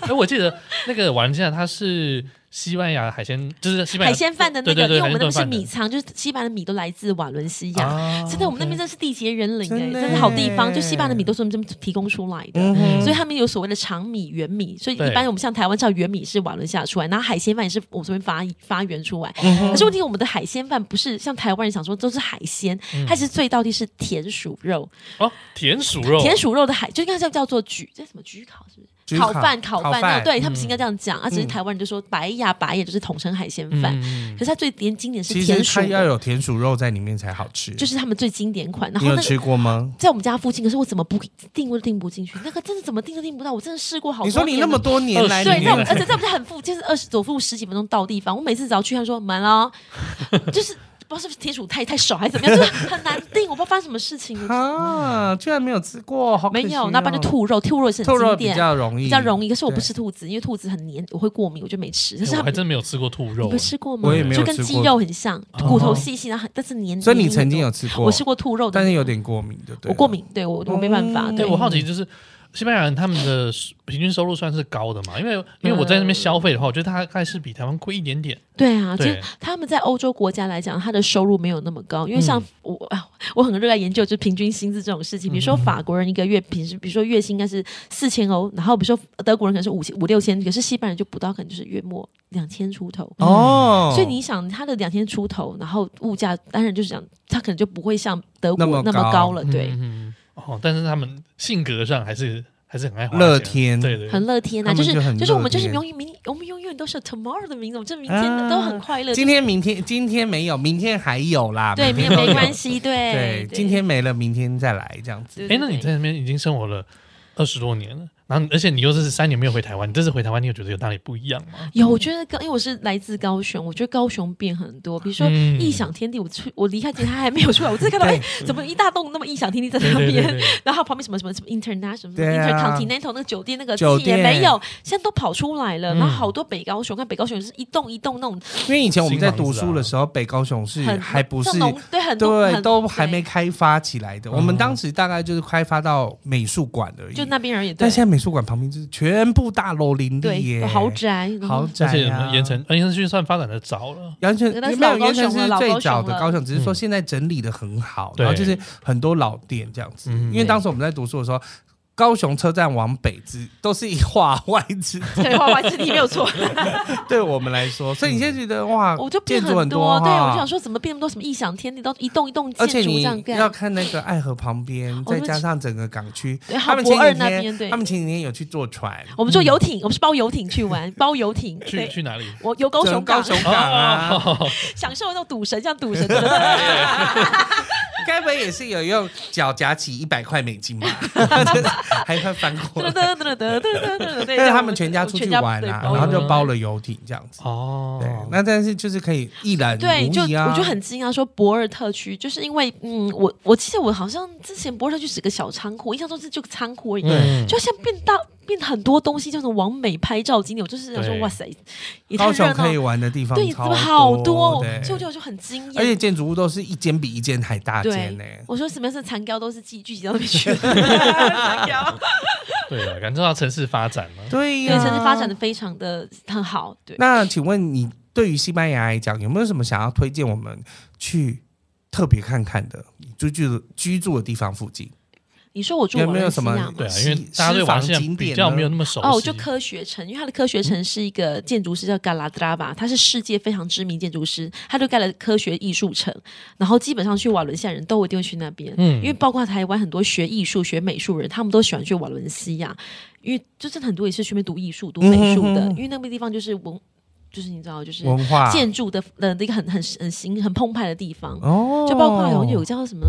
Speaker 1: 哎，我记得那个瓦伦西亚，它是西班牙海鲜，就是西班牙
Speaker 3: 海鲜饭的那
Speaker 1: 对
Speaker 3: 个，
Speaker 1: 对对
Speaker 3: 因为我们那边
Speaker 1: 海
Speaker 3: 是
Speaker 1: 鲜炖
Speaker 3: 米仓，就是西班牙的米都来自瓦伦西亚。真的，我们那边真的是地杰人灵哎、
Speaker 2: 真的
Speaker 3: 真的好地方，
Speaker 2: 耶
Speaker 3: 就西班牙的米都是我们这么提供出来的。
Speaker 2: 嗯哼
Speaker 3: 所以他们有所谓的长米、圆米，所以
Speaker 1: 对
Speaker 3: 一般我们像台湾叫圆米是瓦伦西亚出来，然后海鲜饭也是我们这边发发源出来。
Speaker 2: 嗯
Speaker 3: 可
Speaker 2: 哼
Speaker 3: 是问题，我们的海鲜饭不是像台湾人想说都是海鲜，它其实最到底是田鼠肉，
Speaker 1: 哦，田鼠肉，
Speaker 3: 田鼠肉的海就应该叫叫做焗，这什么焗烤是不是？
Speaker 2: 焗
Speaker 3: 烤
Speaker 2: 烤
Speaker 3: 饭、烤
Speaker 2: 烤
Speaker 3: 饭，那
Speaker 2: 饭
Speaker 3: 对他们是应该这样讲，啊，只是台湾人就说白呀白呀，就是统称海鲜饭。
Speaker 1: 嗯
Speaker 3: 可是它最典经典是
Speaker 2: 其
Speaker 3: 田
Speaker 2: 实
Speaker 3: 鼠
Speaker 2: 它
Speaker 3: 的，
Speaker 2: 要有田鼠肉在里面才好吃。
Speaker 3: 就是他们最经典款。然
Speaker 2: 你
Speaker 3: 后
Speaker 2: 有
Speaker 3: 那个
Speaker 2: 吃过吗？
Speaker 3: 在我们家附近，可是我怎么不订都订不进去，那个真的怎么订都订不到，我真的试过好多
Speaker 2: 你说你那么
Speaker 3: 年了。
Speaker 2: 多年来，
Speaker 1: 你
Speaker 3: 对，
Speaker 2: 你
Speaker 3: 在我
Speaker 2: 没
Speaker 3: 们
Speaker 2: 有
Speaker 3: 而且在我们家很附近，就是二十走路十几分钟到地方。我每次只要去，他说满了哦， <laughs> 就是不知道是不是铁鼠太太少还是怎么样，就是很难订，我不知道发生什么事情。
Speaker 2: 啊，居然没有吃过，好可
Speaker 3: 没
Speaker 2: 惜
Speaker 3: 有
Speaker 2: 哦，
Speaker 3: 那不然就兔肉，兔肉也是
Speaker 2: 兔
Speaker 3: 很
Speaker 2: 肉
Speaker 3: 经
Speaker 2: 比
Speaker 3: 典，
Speaker 2: 较嗯容易，
Speaker 3: 比较容易。可是我不
Speaker 2: 对
Speaker 3: 吃兔子，因为兔子很黏，我会过敏，我就没吃。可
Speaker 1: 哎
Speaker 3: 是
Speaker 1: 我
Speaker 3: 它
Speaker 1: 还真没有吃过兔
Speaker 3: 你
Speaker 1: 肉啊
Speaker 3: 们，吃过吗？
Speaker 2: 我也没有
Speaker 3: 就跟
Speaker 2: 吃
Speaker 3: 鸡
Speaker 2: 过哦
Speaker 3: 肉很像，骨头细细，然后很但是黏。
Speaker 2: 所以你
Speaker 3: 黏黏
Speaker 2: 曾经
Speaker 3: 的
Speaker 2: 有吃过，
Speaker 3: 我吃过兔肉的
Speaker 2: 但
Speaker 3: 那
Speaker 2: 是
Speaker 3: 个，
Speaker 2: 有点过敏，对不对？啊
Speaker 3: 我过。敏，对我我没办法。
Speaker 2: 嗯
Speaker 1: 对
Speaker 3: 对
Speaker 1: 我好奇就是。西班牙人他们的平均收入算是高的嘛？因为因为我在
Speaker 3: 嗯
Speaker 1: 那边消费的话，我觉得它概是比台湾贵一点点。
Speaker 3: 对啊，其实
Speaker 1: 对
Speaker 3: 他们在欧洲国家来讲，他的收入没有那么高，
Speaker 2: 嗯
Speaker 3: 因为像我，啊我很热爱研究就平均薪资这种事情。比如
Speaker 2: 嗯
Speaker 3: 说法国人一个月平时，比如说月薪应该是四千欧，然后比如说德国人可能是五千五六千，可是西班牙人就不到，可能就是月末两千出头。
Speaker 2: 哦，
Speaker 3: 所以你想，他的两千出头，然后物价当然就是讲，他可能就不会像德
Speaker 2: 那么
Speaker 3: 国那么
Speaker 2: 高
Speaker 3: 高了，对，
Speaker 1: 嗯，嗯嗯哦，但是他们性格上还是还是很爱花钱
Speaker 2: 乐天
Speaker 1: 对对，
Speaker 3: 很乐天啊，
Speaker 2: 他们
Speaker 3: 是
Speaker 2: 就很
Speaker 3: 就是我们
Speaker 2: 乐
Speaker 3: 就是
Speaker 2: 天
Speaker 3: 永远明，我们永远都是有 tomorrow 的名字，我们这明
Speaker 2: 啊
Speaker 3: 天都很快乐。
Speaker 2: 今天、明天、今天没有，明天还有啦。
Speaker 3: 对，
Speaker 2: 明
Speaker 3: 没
Speaker 2: 天都
Speaker 3: 没
Speaker 2: 有
Speaker 3: 关。系，对
Speaker 2: 对，今天没了，明天再来这样子。
Speaker 1: 哎，那你在那边已经生活了二十多年了，然后而且你又是三年没有回台湾，你这次回台湾，你有觉得有哪里不一样吗？
Speaker 3: 有，我觉得高，因为我是来自高雄，我觉得高雄变很多。比如说
Speaker 1: 嗯
Speaker 3: 异想天地，我出我离开前他还没有出来，我真的
Speaker 2: <laughs>
Speaker 3: 看到哎、怎么一大栋那么异想天地在
Speaker 1: 对
Speaker 3: 那
Speaker 1: 对对
Speaker 3: 边？
Speaker 1: 对，
Speaker 3: 然后旁边什么什么什么 international、什么
Speaker 2: 对啊
Speaker 3: intercontinental 那个酒店那个
Speaker 2: 酒
Speaker 3: 字也
Speaker 2: 店
Speaker 3: 没有，现在都跑出来了。
Speaker 1: 嗯
Speaker 3: 然后好多北高雄，看北高雄是一栋一栋那种
Speaker 2: 因为以前我们在读书的时候，北高雄是
Speaker 3: 很
Speaker 2: 还不是
Speaker 3: 像啊农对很多
Speaker 2: 对，
Speaker 3: 很
Speaker 2: 都还
Speaker 3: 对嗯
Speaker 2: 没开发起来的。我们当时大概就是开发到美术馆而已。
Speaker 3: 就那边而已。对
Speaker 2: 但现在美术馆旁边就是全部大楼林立
Speaker 3: 对
Speaker 2: 耶，
Speaker 3: 有豪宅，啊然后
Speaker 2: 豪
Speaker 1: 而
Speaker 2: 宅
Speaker 1: 且
Speaker 2: 啊，
Speaker 1: 盐城，呃盐城区算发展的早了。
Speaker 2: 完全
Speaker 3: 那是
Speaker 2: 没有
Speaker 3: 老高
Speaker 2: 盐城
Speaker 3: 雄了
Speaker 2: 是
Speaker 3: 老
Speaker 2: 最早
Speaker 3: 高雄
Speaker 2: 的
Speaker 3: 了
Speaker 2: 高雄，只是说
Speaker 1: 嗯
Speaker 2: 现在整理的很好，
Speaker 1: 对
Speaker 2: 然后就是很多老店这样子。
Speaker 1: 嗯
Speaker 2: 因为当时我们在读书的时候。高雄车站往北之都是一画外之地，
Speaker 3: 对，画外之地没有错。
Speaker 2: 对我们来
Speaker 1: 嗯
Speaker 2: 说，所以你现在觉得哇，
Speaker 3: 我就变
Speaker 2: 建筑很
Speaker 3: 多，对
Speaker 2: 哈
Speaker 3: 我就想说怎么变那么多什么异想天地，都一栋一栋
Speaker 2: 而且
Speaker 3: 建筑这
Speaker 2: 你
Speaker 3: 样
Speaker 2: 要
Speaker 3: 盖。
Speaker 2: 看那个爱河旁边，
Speaker 3: 我
Speaker 2: 再
Speaker 3: 们
Speaker 2: 加上整个港区，
Speaker 3: 对
Speaker 2: 他们
Speaker 3: 好
Speaker 2: 前
Speaker 3: 博二
Speaker 2: 几
Speaker 3: 那边对哦
Speaker 2: 天，他们前几天有去坐船，
Speaker 3: 我们坐游艇，我们是包游艇去玩，包游艇。
Speaker 1: 去
Speaker 3: 对，
Speaker 1: 去哪里？
Speaker 3: 我游高雄
Speaker 2: 整个高
Speaker 3: 港，
Speaker 2: 雄港啊，
Speaker 1: 哦
Speaker 3: 享受那种赌神，像赌神的。
Speaker 2: 该不会也是有用脚夹起一百块美金
Speaker 3: <laughs>
Speaker 2: 吧？还会翻过
Speaker 3: 噔
Speaker 2: 来。
Speaker 3: 噔噔噔噔噔噔噔。
Speaker 2: 但是他们全家出去玩啦、
Speaker 1: 包
Speaker 2: 然后就
Speaker 1: 游
Speaker 2: 包了游艇这样子。
Speaker 1: 哦，
Speaker 2: 对，那但是就是可以一览
Speaker 3: 对，就
Speaker 2: 无遗啊。
Speaker 3: 我就很惊讶，说博尔特区，就是因为嗯，我我记得我好像之前博尔特区是个小仓库，我印象中是就个仓库而已，
Speaker 1: 嗯
Speaker 3: 就像变大变很多东西，叫做完美拍照景点，我就是想说
Speaker 1: 对
Speaker 3: 哇塞，也太
Speaker 2: 高雄
Speaker 3: 热闹
Speaker 2: 可以
Speaker 3: 了，
Speaker 2: 玩的地方
Speaker 3: 对，怎
Speaker 2: 超
Speaker 3: 么好
Speaker 2: 多
Speaker 3: 多？
Speaker 2: 对
Speaker 3: 所以我就就很惊
Speaker 2: 而且
Speaker 3: 艳。
Speaker 2: 建筑物都是一间比一间还大间
Speaker 3: 对
Speaker 2: 呢、，
Speaker 3: 我说什么是残雕都是寄聚集到那边
Speaker 2: <laughs>
Speaker 3: 去的，残 <laughs> 雕
Speaker 1: 对了，感受到城市发展了。
Speaker 2: 对
Speaker 3: 对，
Speaker 2: 呀、
Speaker 3: 城市发展的非常的很好，对。
Speaker 2: 那请问你对于西班牙来讲，有没有什么想要推荐我们去特别看看的？你居住的居住的地方附近
Speaker 3: 你说我住
Speaker 2: 有
Speaker 3: 马
Speaker 2: 没有
Speaker 3: 来
Speaker 2: 什
Speaker 3: 西
Speaker 2: 么
Speaker 3: 亚吗？
Speaker 1: 对啊，
Speaker 2: 西
Speaker 1: 因为大家对瓦
Speaker 2: 私
Speaker 1: 西
Speaker 2: 房
Speaker 1: 亚
Speaker 2: 景点啊
Speaker 1: 比较
Speaker 2: 呢
Speaker 1: 没有那么熟悉。
Speaker 3: 哦，就科学城，因为它的科学城是一个建筑师叫 Galadrava，他是世界非常知名建筑师，他就盖了科学艺术城，然后基本上去瓦伦西亚人都一定会去那边，
Speaker 1: 嗯
Speaker 3: 因为包括台湾很多学艺术、学美术人，他们都喜欢去瓦伦西亚，因为就真的很多也是去那边读艺术、读美术的，
Speaker 2: 嗯哼哼
Speaker 3: 因为那个地方就是文，就是你知道，就是
Speaker 2: 文化
Speaker 3: 建筑的的那个很很很新、很澎湃的地方，
Speaker 2: 哦，
Speaker 3: 就包括好像有叫什么。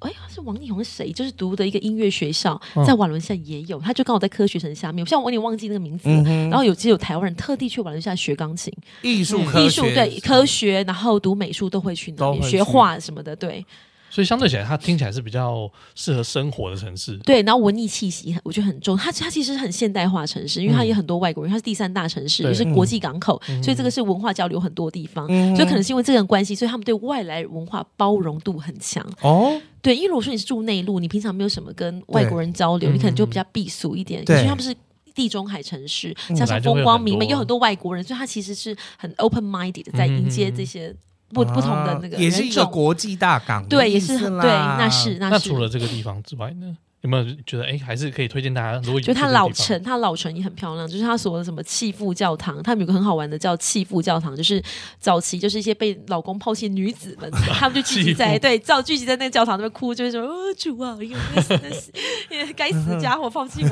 Speaker 3: 哎呀，是王力宏是谁？就是读的一个音乐学校，
Speaker 2: 嗯
Speaker 3: 在瓦伦西亚也有，他就刚好在科学城下面。像我有点忘记那个名字
Speaker 2: 嗯
Speaker 3: 了，然后有其实有台湾人特地去瓦伦西亚学钢琴、
Speaker 2: 艺术科
Speaker 3: 艺
Speaker 2: 学
Speaker 3: 术，对科学，然后读美术都会去那
Speaker 2: 都
Speaker 3: 边
Speaker 2: 会
Speaker 3: 学
Speaker 2: 去
Speaker 3: 画什么的，对
Speaker 1: 所以相对起来，它听起来是比较适合生活的城市。
Speaker 3: 对。然后文艺气息很我觉得很重，它它其实是很现代化城市，
Speaker 2: 嗯
Speaker 3: 因为它也很多外国人，它是第三大城市，
Speaker 1: 对
Speaker 3: 也是国际港口，所以这个是文化交流很多地方，
Speaker 2: 嗯
Speaker 3: 所以可能是因为这个关系，所以他们对外来文化包容度很强。
Speaker 2: 哦，
Speaker 3: 对，因为如果说你是住内陆，你平常没有什么跟外国人交流，你可能就比较避俗一点，因
Speaker 2: 嗯对嗯
Speaker 3: 为他们是。地中海城市
Speaker 1: 本
Speaker 3: 加
Speaker 1: 来
Speaker 3: 上
Speaker 1: 就会
Speaker 3: 风
Speaker 1: 有
Speaker 3: 光
Speaker 1: 很
Speaker 3: 明媚，
Speaker 1: 多
Speaker 3: 有很多外国人，所以他其实是很 open minded 的，在迎
Speaker 2: 嗯
Speaker 3: 接这些不、不同的那个
Speaker 2: 啊也是
Speaker 3: 人
Speaker 2: 一个
Speaker 3: 种
Speaker 2: 国际大港的
Speaker 3: 对，也
Speaker 2: 意
Speaker 3: 是
Speaker 2: 思啦，
Speaker 3: 很对，那是
Speaker 1: 那
Speaker 3: 是
Speaker 1: 除，了这个地方之外呢，有没有觉得哎，还是可以推荐大家？如果有去
Speaker 3: 就
Speaker 1: 这
Speaker 3: 它
Speaker 1: 个
Speaker 3: 老
Speaker 1: 地方
Speaker 3: 城，它老城也很漂亮，就是它所谓的什么弃妇教堂，他们有个很好玩的叫弃妇教堂，就是早期就是一些被老公抛弃的女子
Speaker 1: <laughs>
Speaker 3: 们，她们就聚集在
Speaker 1: 弃妇
Speaker 3: 对，照聚集在那个教堂那边哭，就是说、哦、主啊，因为我死的死，因为该死
Speaker 1: <laughs>
Speaker 3: 的家伙放弃我，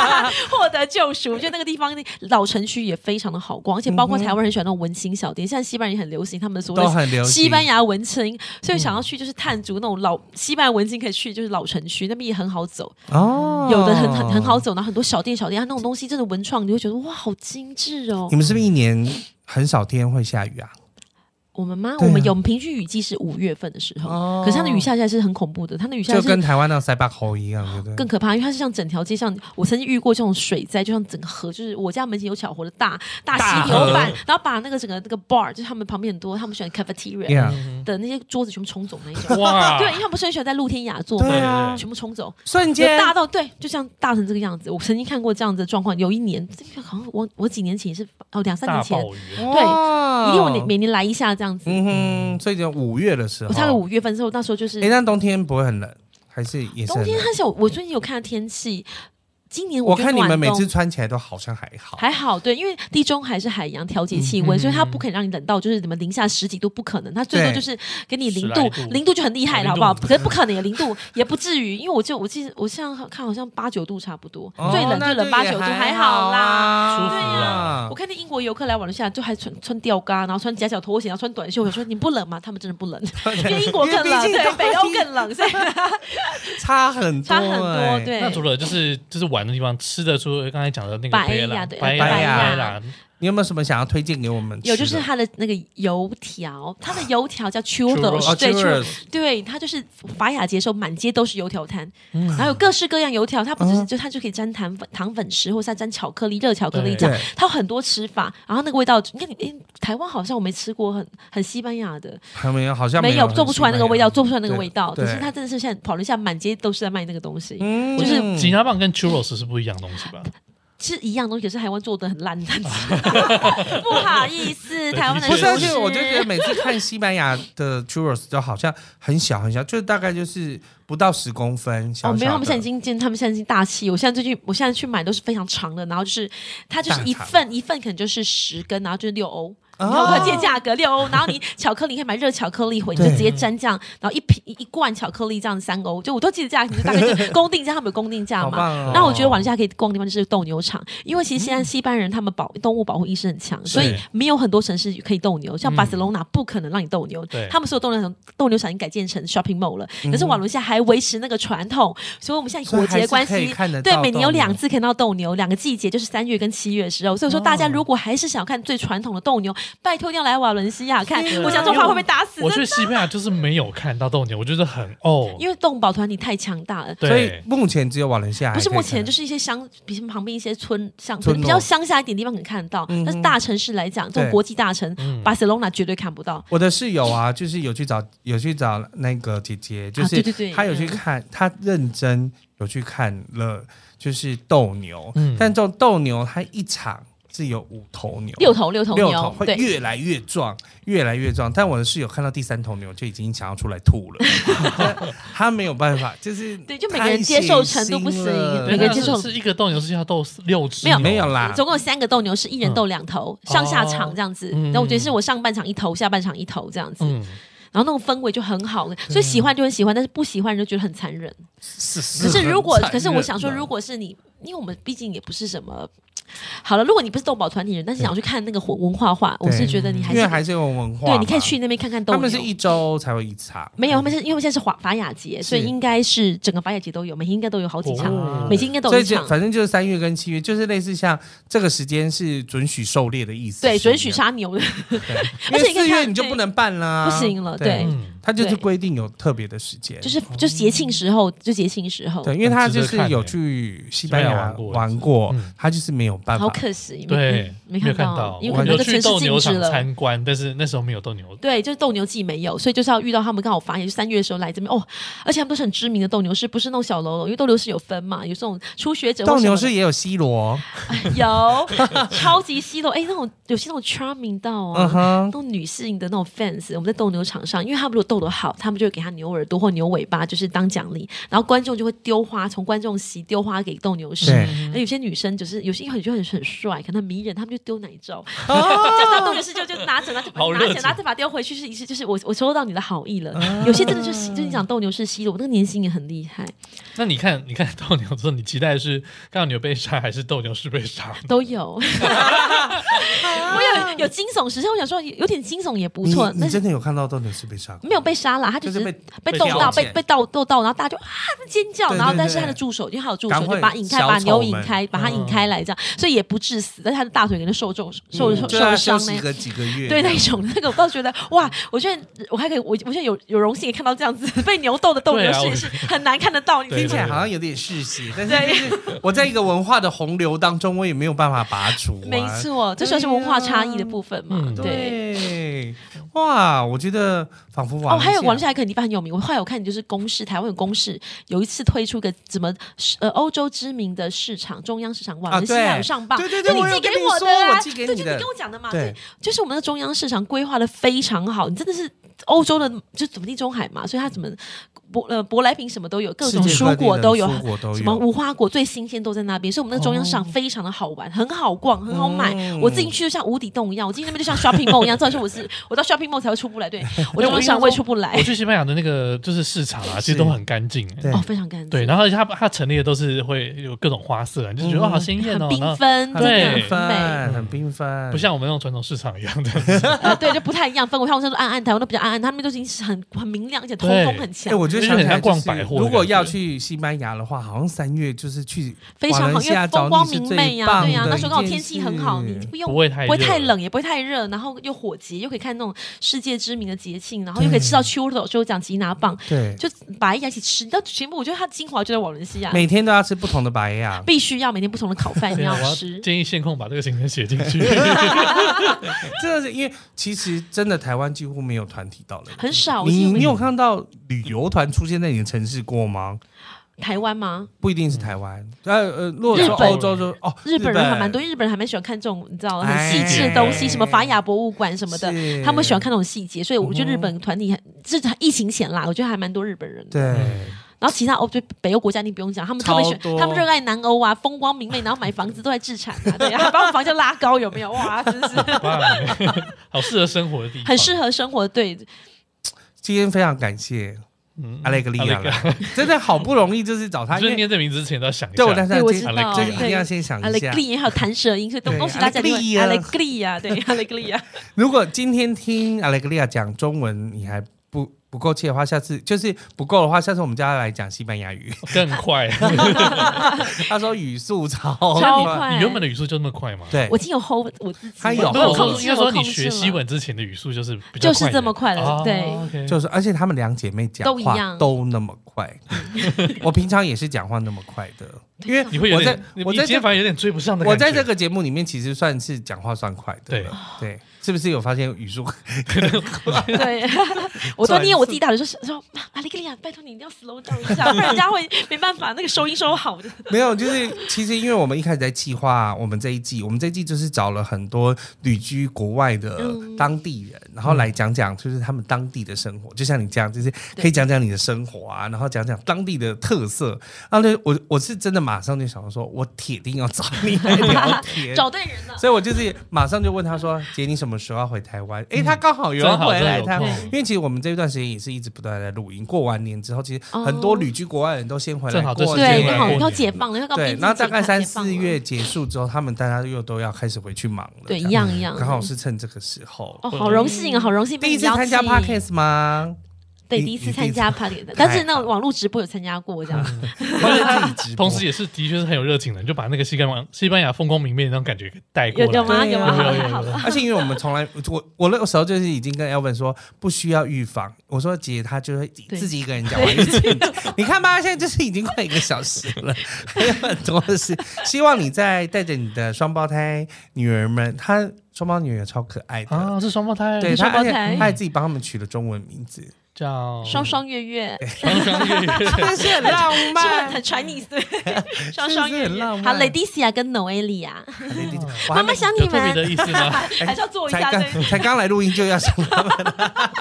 Speaker 3: <laughs> 获得救赎。我觉得那个地方那老城区也非常的好逛，而且包
Speaker 1: 嗯
Speaker 3: 括台湾人喜欢那种文青小店，现在西班牙也很流行，他们所谓
Speaker 2: 都
Speaker 3: 的
Speaker 2: 很流行。
Speaker 3: 西班牙文青，所以想要
Speaker 1: 嗯
Speaker 3: 去就是探足那种老西班牙文青可以去，就是老城区那边也很好走。
Speaker 2: 哦，
Speaker 3: 有的很很很好。
Speaker 2: 嗯
Speaker 3: 走，然后很多小店小店，它那种东西真的文创，你会觉得哇，好精致哦
Speaker 2: 你。们是不是一年很少天会下雨啊？
Speaker 3: 我们吗？
Speaker 2: 对啊
Speaker 3: 我们有我们平均雨季是五月份的时候，
Speaker 2: 哦
Speaker 3: 可是它的雨下下来是很恐怖的，它的雨下
Speaker 2: 就
Speaker 3: 来是
Speaker 2: 跟台湾那个塞巴侯一样，对不对？
Speaker 3: 更可怕，因为它是像整条街上，我曾经遇过这种水灾，就像整个河，就是我家门前有小河的大大
Speaker 2: 大
Speaker 3: 溪
Speaker 2: 河
Speaker 3: 流板，然后把那个整个那个 bar，就是他们旁边很多他们喜欢 cafeteria
Speaker 2: Yeah，
Speaker 3: 的那些桌子全部冲走那一种。
Speaker 1: 嗯哇，
Speaker 3: <laughs> 对，因为他们不是很喜欢在露天雅座
Speaker 2: 对
Speaker 3: 嘛，
Speaker 2: 啊，
Speaker 3: 全部冲走。
Speaker 2: 瞬
Speaker 3: 有
Speaker 2: 间
Speaker 3: 大到对，就像大成这个样子。我曾经看过这样子的状况，有一年，这个好像我我几年前也是哦两三
Speaker 1: 大
Speaker 3: 年前，
Speaker 1: 暴雨，
Speaker 2: 对
Speaker 3: 一定我每每年来一下这样子。
Speaker 2: 嗯哼，所以就五月的时候，
Speaker 3: 我差个五月份之后，那时候就是
Speaker 2: 哎，那冬天不会很冷，还是也是
Speaker 3: 冬
Speaker 2: 很
Speaker 3: 天
Speaker 2: 冷？
Speaker 3: 很小。我最近有看天气，今年
Speaker 2: 我
Speaker 3: 觉得
Speaker 2: 看你们
Speaker 3: 暖
Speaker 2: 每
Speaker 3: 冬
Speaker 2: 次穿起来都好像还好，
Speaker 3: 还好，对，因为地中海是海洋调节气温，所以它不可能让你冷到就是什么零下十几度，不可能，它最多
Speaker 2: 对
Speaker 3: 就是给你
Speaker 1: 10
Speaker 3: 零
Speaker 1: 来
Speaker 3: 度
Speaker 1: 度，
Speaker 3: 零度就很厉害了，
Speaker 1: 零
Speaker 3: 好
Speaker 1: 度
Speaker 3: 不好？可是不可能有零度，也不至于，因为我就我记得我像看好像八九度差不多，
Speaker 2: 哦
Speaker 3: 最冷
Speaker 2: 那
Speaker 3: 最冷
Speaker 2: 也
Speaker 3: 八九度还
Speaker 2: 还
Speaker 3: 好啦。
Speaker 2: 啊
Speaker 1: 舒服
Speaker 3: 对呀、
Speaker 1: 啦
Speaker 3: 我看那英国游客来瓦伦西亚，就还穿穿吊嘎，然后穿夹脚拖鞋，然后穿短袖。我说你不冷吗？他们真的不冷，因为英国更
Speaker 2: 因为
Speaker 3: 冷，
Speaker 2: 毕竟
Speaker 3: 对，
Speaker 2: 都
Speaker 3: 北欧更冷，所以
Speaker 2: 差很多，
Speaker 3: <laughs> 差很多。
Speaker 2: 哎，
Speaker 3: 对，
Speaker 1: 那除了就是就是玩的地方，吃的，除了刚才讲的那个
Speaker 3: 白
Speaker 1: 贝
Speaker 3: 呀
Speaker 1: 拉
Speaker 3: 对
Speaker 1: 白
Speaker 2: 白呀
Speaker 1: 白啦，
Speaker 2: 你有没有什么想要推荐给我们吃的？
Speaker 3: 有就是它的那个油条，它的油条叫 churros，
Speaker 2: 哦，
Speaker 3: 对
Speaker 2: churros
Speaker 3: churros，对，它就是法雅节的时候满街都是油条摊，然后有各式各样油条，它不只是就它就可以沾糖粉糖粉吃，或是它沾巧克力热巧克力酱
Speaker 2: 对，
Speaker 3: 它有很多吃法，然后那个味道，你看你诶台湾好像我没吃过很很西班牙的，
Speaker 2: 还没有，好像
Speaker 3: 没
Speaker 2: 有
Speaker 3: 有做不出来那个味道，做不出来那个
Speaker 2: 对
Speaker 3: 味道。可
Speaker 2: 对
Speaker 3: 是它真的是现在跑了一下，满街都是在卖那个东西。
Speaker 2: 嗯
Speaker 3: 就是
Speaker 1: 吉拿棒跟 churros 是不一样的东西吧？
Speaker 3: 其实一样东西，可是台湾做的很烂，但是 <laughs> 不好意
Speaker 2: <laughs>
Speaker 3: 思，台湾的
Speaker 2: 不是，而
Speaker 3: 厨
Speaker 2: 且
Speaker 3: 师
Speaker 2: 我就觉得每次看西班牙的 churros 就好像很小很小，就是大概就是不到十公分，小小
Speaker 3: 哦，
Speaker 2: 的
Speaker 3: 没有，他们现在已经见，他们现在已经大气。我现在最近，我现在去买都是非常长的，然后就是它就是
Speaker 2: 大
Speaker 3: 一
Speaker 2: 肠
Speaker 3: 份一份可能就是十根，然后就是六欧。
Speaker 2: 哦
Speaker 3: 然后可借价格六欧，然后你巧克力可以买热巧克力回，你就
Speaker 2: 对
Speaker 3: 直接沾酱，然后一瓶一罐巧克力这样三欧，就我都记得价，你就大概就是
Speaker 2: <laughs>
Speaker 3: 公定价，他们有公定价
Speaker 2: 好
Speaker 3: 嘛。
Speaker 2: 棒哦。
Speaker 3: 那我觉得晚上可以逛的地方就是斗牛场，因为其实现在西班牙人他们保动物保护意识很强，所以没有很多城市可以斗牛，像
Speaker 1: 嗯
Speaker 3: 巴塞罗那不可能让你斗牛
Speaker 1: 对，
Speaker 3: 他们所有斗牛场斗牛场已经改建成 shopping mall 了，
Speaker 2: 嗯
Speaker 3: 可是瓦伦西亚还维持那个传统，所以我们现在
Speaker 2: 所以
Speaker 3: 火
Speaker 2: 还
Speaker 3: 节
Speaker 2: 是
Speaker 3: 关
Speaker 2: 可以
Speaker 3: 系
Speaker 2: 看得。
Speaker 3: 对
Speaker 2: 到，
Speaker 3: 每年有
Speaker 2: 斗牛
Speaker 3: 两次可以看到斗牛，两个季节就是三月跟七月的时候。所以说，
Speaker 2: 哦
Speaker 3: 大家如果还是想看最传统的斗牛，拜托一定要来瓦伦西亚看
Speaker 2: 天。啊
Speaker 3: 我讲这种话会被打死
Speaker 1: 我
Speaker 3: 的，
Speaker 1: 去西班牙就是没有看到斗牛，我觉得很哦，
Speaker 3: 因为动保团体太强大了。
Speaker 1: 对
Speaker 2: 所以目前只有瓦伦西亚还可
Speaker 3: 不
Speaker 2: 以
Speaker 3: 是
Speaker 2: 看到，
Speaker 3: 目前就是一些乡，比如旁边一些村乡，
Speaker 2: 村落
Speaker 3: 比较乡下一点地方可以看得到，
Speaker 2: 嗯
Speaker 3: 但是大城市来讲，这
Speaker 2: 对嗯
Speaker 3: 种国际大城巴塞罗那绝对看不到。
Speaker 2: 我的室友啊，就是有去找有去找那个姐姐，就
Speaker 3: 啊对对
Speaker 2: 是
Speaker 3: 对
Speaker 2: 她有去看，她认真有去看了，就是斗牛，
Speaker 1: 嗯
Speaker 2: 但这种斗牛它一场是有五头牛，
Speaker 3: 六头六头
Speaker 2: 六头
Speaker 3: 牛，
Speaker 2: 会
Speaker 3: 对，
Speaker 2: 越来越壮，越来越壮。但我的室友看到第三头牛就已经想要出来吐了， <laughs> 他没有办法，就是
Speaker 3: 对就每个人接受程度不行
Speaker 2: 太血腥了
Speaker 1: 对
Speaker 3: 每个人
Speaker 1: 那
Speaker 3: 接受
Speaker 1: 是是一个斗牛是要斗六只，
Speaker 3: 没有
Speaker 2: 没有啦，
Speaker 3: 嗯
Speaker 2: 嗯哦
Speaker 3: 总共有三个斗牛士，一人斗两头，上下场这样子。
Speaker 1: 嗯
Speaker 3: 那、我觉得是我上半场一头，下半场一头这样子，
Speaker 1: 嗯，
Speaker 3: 然后那种氛围就很好，
Speaker 2: 嗯
Speaker 3: 所以喜欢就很喜欢，但是不喜欢就觉得很残忍。
Speaker 2: 是
Speaker 3: 可是如果，可是我想说，
Speaker 2: 果
Speaker 3: 如果是你，因为我们毕竟也不是什么。好了，如果你不是动保团体人，但是想要去看那个文文化化，我是觉得你还
Speaker 2: 因为
Speaker 3: 是
Speaker 2: 还是有文化嘛，
Speaker 3: 对，你可以去那边看看斗
Speaker 2: 他
Speaker 3: 牛。
Speaker 2: 们是一嗯周才会一场，
Speaker 3: 没有，他们是因为现在是法法雅节，所以应该是整个法雅节都有，每天应该都有好几场，
Speaker 1: 哦
Speaker 3: 每天应该都
Speaker 2: 所
Speaker 3: 有
Speaker 2: 以
Speaker 3: 一
Speaker 2: 就
Speaker 3: 场。
Speaker 2: 反正就是三月跟七月，就是类似像这个时间是准许狩猎的意思，
Speaker 3: 对，
Speaker 2: 是不
Speaker 3: 准
Speaker 2: 是
Speaker 3: 许，杀牛的，
Speaker 2: 对因
Speaker 3: 而
Speaker 2: 为
Speaker 3: 且你可
Speaker 2: 四
Speaker 3: 以看
Speaker 2: 月你就不能办啦，
Speaker 3: 不行了对
Speaker 1: 嗯
Speaker 2: 它就是
Speaker 3: 对
Speaker 2: 规定有特别的时间，
Speaker 3: 就是就是节庆时候，就节庆时候，
Speaker 2: 对，因为他就
Speaker 1: 很值
Speaker 2: 是
Speaker 1: 得看
Speaker 2: 有
Speaker 1: 耶
Speaker 2: 去西班
Speaker 1: 西班牙
Speaker 2: 牙
Speaker 1: 玩过
Speaker 2: 玩过
Speaker 1: 嗯，
Speaker 2: 他就是没有办
Speaker 3: 好
Speaker 2: 法，
Speaker 3: 可惜，
Speaker 1: 对，
Speaker 3: 没
Speaker 1: 有
Speaker 3: 看
Speaker 1: 看
Speaker 3: 因为
Speaker 1: 我
Speaker 3: 可能
Speaker 1: 有
Speaker 3: 那个
Speaker 1: 去
Speaker 3: 城市
Speaker 1: 斗
Speaker 3: 禁
Speaker 1: 牛
Speaker 3: 止
Speaker 1: 场
Speaker 3: 了。
Speaker 1: 参观，但是那时候没有斗牛，
Speaker 3: 对，就是斗牛季没有，所以就是要遇到他们刚好法雅，就三月的时候来这边哦，而且他们都是很知名的斗牛士，不是那种小喽啰，因为斗牛士有分嘛，有这种初学者或
Speaker 2: 斗牛
Speaker 3: 什么哦
Speaker 2: 士也有 C 罗，
Speaker 3: 的 <laughs> 有超级稀落，哎，那种有些那种 charming 到哦，
Speaker 2: 嗯哼
Speaker 3: 那，种女性的那种 fans，我们在斗牛场上，因为他们如果斗得好，他们就会给他牛耳朵或牛尾巴，就是当奖励。然后观众就会丢花，从观众席丢花给斗牛士。
Speaker 2: 对，
Speaker 3: 而有些女生就是有些很就很很帅，可能迷人，他们就丢奶罩，
Speaker 2: 哦
Speaker 3: 叫到斗牛士就就拿着拿着
Speaker 1: 好热
Speaker 3: 拿着
Speaker 1: 情
Speaker 3: 拿着把它丢回去，是一次就是我我收到你的好意了。
Speaker 2: 哦
Speaker 3: 有些真的就是就是你讲斗牛士吸的，我那个年薪也很厉害，
Speaker 2: 嗯
Speaker 1: 那你看，你看斗牛之后，你期待的是看到牛被杀还是斗牛士被杀？
Speaker 3: 都有。 <laughs> 我有有惊悚时刻，我想说有有点惊悚也不
Speaker 2: 你
Speaker 3: 错，
Speaker 2: 你
Speaker 3: 但是
Speaker 2: 真的有看到斗牛士被杀过？
Speaker 3: 没有被杀啦，他就
Speaker 2: 就是
Speaker 3: 只是
Speaker 2: 被
Speaker 3: 被
Speaker 1: 被
Speaker 3: 冻
Speaker 1: 挑
Speaker 3: 到，被
Speaker 2: 拣
Speaker 3: 被到斗到，然后大家就啊尖叫，
Speaker 2: 对
Speaker 3: 然后
Speaker 2: 对
Speaker 3: 但是
Speaker 2: 对
Speaker 3: 他的助手，因为他有助
Speaker 2: 赶
Speaker 3: 手，就
Speaker 2: 快
Speaker 3: 把他引开，
Speaker 2: 小
Speaker 3: 把
Speaker 2: 丑
Speaker 3: 牛引
Speaker 2: 们嗯
Speaker 3: 开，把他引开来这样，所以也不致死，但是他的大腿可能受重受受
Speaker 2: 嗯啊就要休
Speaker 3: 受伤
Speaker 2: 息
Speaker 3: 呢。
Speaker 2: 个啊几个月，
Speaker 3: 对那一种那个，我倒觉得哇，我觉得我还可以，我我现在有有荣幸看到这样子 <laughs> 被牛斗的斗
Speaker 1: 对
Speaker 3: 牛
Speaker 1: 啊
Speaker 3: 士
Speaker 1: 我
Speaker 3: 也是很难看得到，你
Speaker 1: 对
Speaker 2: 听
Speaker 3: 听
Speaker 2: 起
Speaker 3: 起来
Speaker 2: 来好像有点嗜血，但是就是我在一个文化的洪流当中，我也没有办法拔除、啊。
Speaker 3: 没错，这算是文化差异的部分嘛
Speaker 1: 嗯，
Speaker 3: 对。
Speaker 2: 对，哇，我觉得仿佛
Speaker 3: 哦，还有
Speaker 2: 网
Speaker 3: 网络下一个地方很有名，我后来有看，就是公视，台湾有公视，有一次推出个怎么呃欧洲知名的市场中央市场，网
Speaker 2: 啊
Speaker 3: 络西亚
Speaker 2: 对
Speaker 3: 有上报，
Speaker 2: 对对
Speaker 3: 就
Speaker 2: 对，我
Speaker 3: 寄
Speaker 2: 有
Speaker 3: 给
Speaker 2: 跟你
Speaker 3: 我的、
Speaker 2: 说
Speaker 3: 啊，
Speaker 2: 我寄给
Speaker 3: 对，
Speaker 2: 你
Speaker 3: 就你
Speaker 2: 的
Speaker 3: 跟，我讲的嘛，
Speaker 2: 对
Speaker 3: 对，就是我们的中央市场规划的非常好，你真的是欧洲的，就怎么地中海嘛，所以它怎么舶呃舶来品什么都有，各种
Speaker 2: 世界
Speaker 3: 蔬
Speaker 2: 各地
Speaker 3: 果
Speaker 2: 的
Speaker 3: 都有。
Speaker 2: 蔬果都
Speaker 3: 什么
Speaker 2: 有。
Speaker 3: 无花果最新鲜都在那边，所以我们那个中央市场非常的好玩，很好逛，很好买。
Speaker 2: 嗯
Speaker 3: 我进去就像无底洞一样，我进去那边就像 shopping mall 一样。照理说我是我到 shopping mall 才会出不来，对
Speaker 1: 哎我
Speaker 3: 我中央
Speaker 1: 印
Speaker 3: 市
Speaker 1: 象
Speaker 3: 场我也
Speaker 1: 中
Speaker 3: 出不来
Speaker 1: 我。去西班牙的那个就是市场啊，其实都很干净、欸
Speaker 2: 对
Speaker 3: 哦，非常干净，
Speaker 1: 对，然后它它陈列的都是会有各种花色、啊，你就觉得、
Speaker 2: 嗯
Speaker 1: 哇好鲜艳
Speaker 3: 很
Speaker 1: 哦，然
Speaker 3: 缤
Speaker 1: 后
Speaker 3: 纷，真的
Speaker 1: 对
Speaker 3: 很
Speaker 2: 缤
Speaker 3: 美。
Speaker 2: 纷，很缤纷，
Speaker 1: 不像我们那种传统市场一样的。
Speaker 3: <laughs> 呃，对，就不太一样氛围。他们都暗暗，台湾都比较暗暗，他们都已经是很很明亮，而且通
Speaker 1: 对
Speaker 3: 风很强。
Speaker 2: 哎、我觉得想起
Speaker 1: 有
Speaker 2: 来、
Speaker 1: 点像逛百货的
Speaker 2: 如果
Speaker 1: 感觉
Speaker 2: 要去西班牙的话，好像三月就是去
Speaker 3: 非常
Speaker 2: 瓦
Speaker 3: 好，
Speaker 2: 伦
Speaker 3: 因
Speaker 2: 西亚
Speaker 3: 为
Speaker 2: 找你
Speaker 3: 风光
Speaker 2: 是
Speaker 3: 明
Speaker 2: 最
Speaker 3: 媚呀、
Speaker 2: 棒
Speaker 3: 对呀、
Speaker 2: 的
Speaker 3: 那时候刚好
Speaker 2: 一件
Speaker 3: 天气很好，
Speaker 2: 事
Speaker 3: 你不
Speaker 1: <laughs>
Speaker 3: 用
Speaker 1: 不会太热
Speaker 3: 冷，也不会太热，然后又火节，又可以看那种世界知名的节庆，然后又可以吃到秋的时候讲吉拿棒，
Speaker 2: 对，
Speaker 3: 就把一起吃。你知道全部，我觉得它精华就在瓦伦西亚，
Speaker 2: 每天都要吃不同的白
Speaker 3: <laughs>
Speaker 2: 呀。
Speaker 3: 必须要每天不同的烤饭你
Speaker 1: 对啊
Speaker 3: 要
Speaker 1: 我要
Speaker 3: 吃。
Speaker 1: 建议线控把这个行程写进
Speaker 3: <laughs>
Speaker 1: 去。
Speaker 2: 这是因为其实真的台湾几乎没有团体到了。
Speaker 3: 很少，我
Speaker 2: 你
Speaker 3: 几乎没
Speaker 2: 你有看到旅游团出现在你的城市过吗？
Speaker 3: 台湾吗？
Speaker 2: 不一定
Speaker 1: 嗯
Speaker 2: 是台湾，呃呃，如果
Speaker 3: 日
Speaker 2: 说
Speaker 3: 本
Speaker 2: 欧洲就哦，
Speaker 3: 日本人还蛮多，
Speaker 2: 日
Speaker 3: 因为日本人还蛮喜欢看这种你知道很
Speaker 2: 哎
Speaker 3: 细致的东西，什么法雅博物馆什么的，
Speaker 2: 是
Speaker 3: 他们喜欢看那种细节，所以我觉得日本团体很这疫情前啦，我觉得还蛮多日本人的。
Speaker 2: 对，
Speaker 1: 嗯
Speaker 3: 然后其他欧哦就北欧国家你不用讲，他们他们喜
Speaker 2: 超多
Speaker 3: 他们热爱南欧啊，风光明媚，然后买房子都在自产啊，对啊，还把我们房价拉高，有没有？哇，真是
Speaker 1: <laughs> 好适合生活的地方，
Speaker 3: 很适合生活。对，
Speaker 2: 今天非常感谢
Speaker 1: 嗯
Speaker 2: 阿雷格利亚
Speaker 1: 阿雷格
Speaker 2: 来，真的好不容易就是找
Speaker 1: <laughs>
Speaker 2: 他，
Speaker 1: 就是
Speaker 2: 因为
Speaker 1: 念这名字之前都要想一下，
Speaker 2: 对我但是
Speaker 3: 对我知
Speaker 2: 今
Speaker 3: 道，
Speaker 1: 这
Speaker 2: 这
Speaker 1: 个
Speaker 2: 一定要
Speaker 3: 哦对。
Speaker 2: 先想
Speaker 3: 阿
Speaker 2: 一
Speaker 3: 雷
Speaker 2: 下
Speaker 3: 格。利还有弹舌音，所以都
Speaker 2: 对
Speaker 3: 恭喜大家！因为阿
Speaker 2: 阿
Speaker 3: 雷
Speaker 2: 雷
Speaker 3: 格利亚，对阿雷
Speaker 2: <laughs>
Speaker 3: 格利亚，
Speaker 2: 如果今天听阿雷格利亚讲中文，你还不不够气的话，下次就是不够的话，下次我们叫他来讲西班牙语。 <laughs>
Speaker 1: 更快。 <laughs>
Speaker 2: 他说语速超
Speaker 3: 超
Speaker 2: 快，
Speaker 3: 快。
Speaker 1: 你原本的语速就那么快吗？
Speaker 2: 对
Speaker 3: 我已，经有 hold 我自己了，
Speaker 2: 哎他有
Speaker 3: 我
Speaker 1: 不是，
Speaker 3: 有
Speaker 1: 我
Speaker 3: 控
Speaker 1: 说
Speaker 3: 制
Speaker 1: 应该说
Speaker 3: 我控
Speaker 1: 你
Speaker 3: 制
Speaker 1: 学
Speaker 3: 了
Speaker 1: 西文之前的语速就是比较
Speaker 3: 就是这么快了
Speaker 1: 哦
Speaker 3: 对
Speaker 1: OK
Speaker 2: 就是而且他们两姐妹讲
Speaker 3: 都一
Speaker 2: 话
Speaker 3: 样
Speaker 2: 都那么快， <laughs> 我平常也是讲话那么快的，因为
Speaker 1: 你会有
Speaker 2: 我在
Speaker 1: 点，你
Speaker 2: 我
Speaker 1: 你
Speaker 2: 在
Speaker 1: 今天
Speaker 2: 这
Speaker 1: 反而有点追不上的
Speaker 2: 我
Speaker 1: 感觉。<laughs>
Speaker 2: 在这个节目里面其实算是讲话算快的
Speaker 1: 对
Speaker 2: 了，对，是不是有发现语速？ <laughs>
Speaker 3: 对，我都捏我自己大腿说说阿丽格利亚，拜托你一定要 slow down 一下，不然人家会没办法那个收音收好
Speaker 2: <laughs>
Speaker 3: 的。
Speaker 2: 没有，就是其实因为我们一开始在计划我们这一季，我们这一季就是找了很多旅居国外的
Speaker 3: 嗯
Speaker 2: 当地人，然后来讲讲就是他们当地的生活，就像你这样，就是可以讲讲你的生活啊，然后讲讲当地的特色。然后呢，我我是真的马上就想说，我铁定要找你来
Speaker 3: <laughs>
Speaker 2: 聊天。
Speaker 3: 找对人了。
Speaker 2: 所以我就是马上就问他说：“姐，你什么时候要回台湾？”
Speaker 3: 嗯
Speaker 2: 诶，他刚好有要
Speaker 1: 正好
Speaker 2: 回来，
Speaker 1: 正
Speaker 2: 他
Speaker 1: 好有空
Speaker 2: 因为其实我们这一段时间也是一直不断地在录音。过完年之后，其实很多
Speaker 3: 哦
Speaker 2: 旅居国外的人都先回来
Speaker 1: 正好这
Speaker 2: 过
Speaker 1: 时间
Speaker 3: 对，
Speaker 2: 年
Speaker 1: 回来
Speaker 3: 刚好
Speaker 1: 过
Speaker 3: 要
Speaker 1: 年
Speaker 3: 解放了，啊要告
Speaker 2: 对，然后大概三四，
Speaker 3: 要
Speaker 2: 月结束之后，他们大家又都要开始回去忙了。
Speaker 3: 解放了对，
Speaker 2: 这
Speaker 3: 一样一样。
Speaker 2: 刚好是趁这个时候。
Speaker 3: 哦，好荣幸啊，好荣幸
Speaker 2: 嗯
Speaker 3: 被
Speaker 2: 第一
Speaker 3: 你
Speaker 2: 次
Speaker 3: 邀
Speaker 2: 参加
Speaker 3: 请
Speaker 1: <laughs>
Speaker 2: podcast 吗？
Speaker 3: 对，
Speaker 2: 你
Speaker 3: 第一
Speaker 2: 你
Speaker 3: 次
Speaker 2: 第
Speaker 3: 参
Speaker 2: 一
Speaker 3: 加 party，但是那
Speaker 2: 太好
Speaker 3: 种网络直播有参加过，这样
Speaker 1: 嗯
Speaker 2: 或者自己直播
Speaker 1: 同时也是的确是很有热情的，你就把那个西班牙西班牙风光明媚的那种感觉给带过
Speaker 3: 有
Speaker 1: 来。
Speaker 3: 有吗？
Speaker 2: 对
Speaker 3: 有
Speaker 2: 啊
Speaker 3: 吗？好
Speaker 1: 有有有
Speaker 3: 了好了，
Speaker 2: 而且因为我们从来我我那个时候就是已经跟 Elvin 说不需要预防，我说姐她就会
Speaker 3: 对
Speaker 2: 自己一个人讲完一整集，你看吧，现在就是已经快一个小时了，还有很多的事。希望你在带着你的双胞胎女儿们，她双胞女儿超可爱的，
Speaker 1: 啊，是双胞胎，
Speaker 2: 对，她
Speaker 3: 双胞
Speaker 2: 而且
Speaker 3: 胎
Speaker 2: 她还自己帮他们取了中文名字，
Speaker 1: 叫
Speaker 3: 双双
Speaker 2: <laughs>
Speaker 3: 月月。
Speaker 1: 双双月月
Speaker 2: 真是很浪
Speaker 3: 是不 <laughs> 是
Speaker 2: 漫。
Speaker 3: 很很 Chinese？对，双双月
Speaker 2: <laughs> 是不是很
Speaker 3: 月，
Speaker 2: 浪
Speaker 3: 好
Speaker 2: 漫
Speaker 3: ，Ladicia 跟 Noelia，
Speaker 2: 我还
Speaker 3: 妈妈
Speaker 2: 没
Speaker 3: 想
Speaker 1: 哦有
Speaker 3: 你
Speaker 1: 特别的
Speaker 3: 们，
Speaker 1: 意思吗？
Speaker 3: <laughs> 还是要做一
Speaker 2: 才
Speaker 3: 下对。
Speaker 2: 刚才刚来录音就要想他们， <laughs>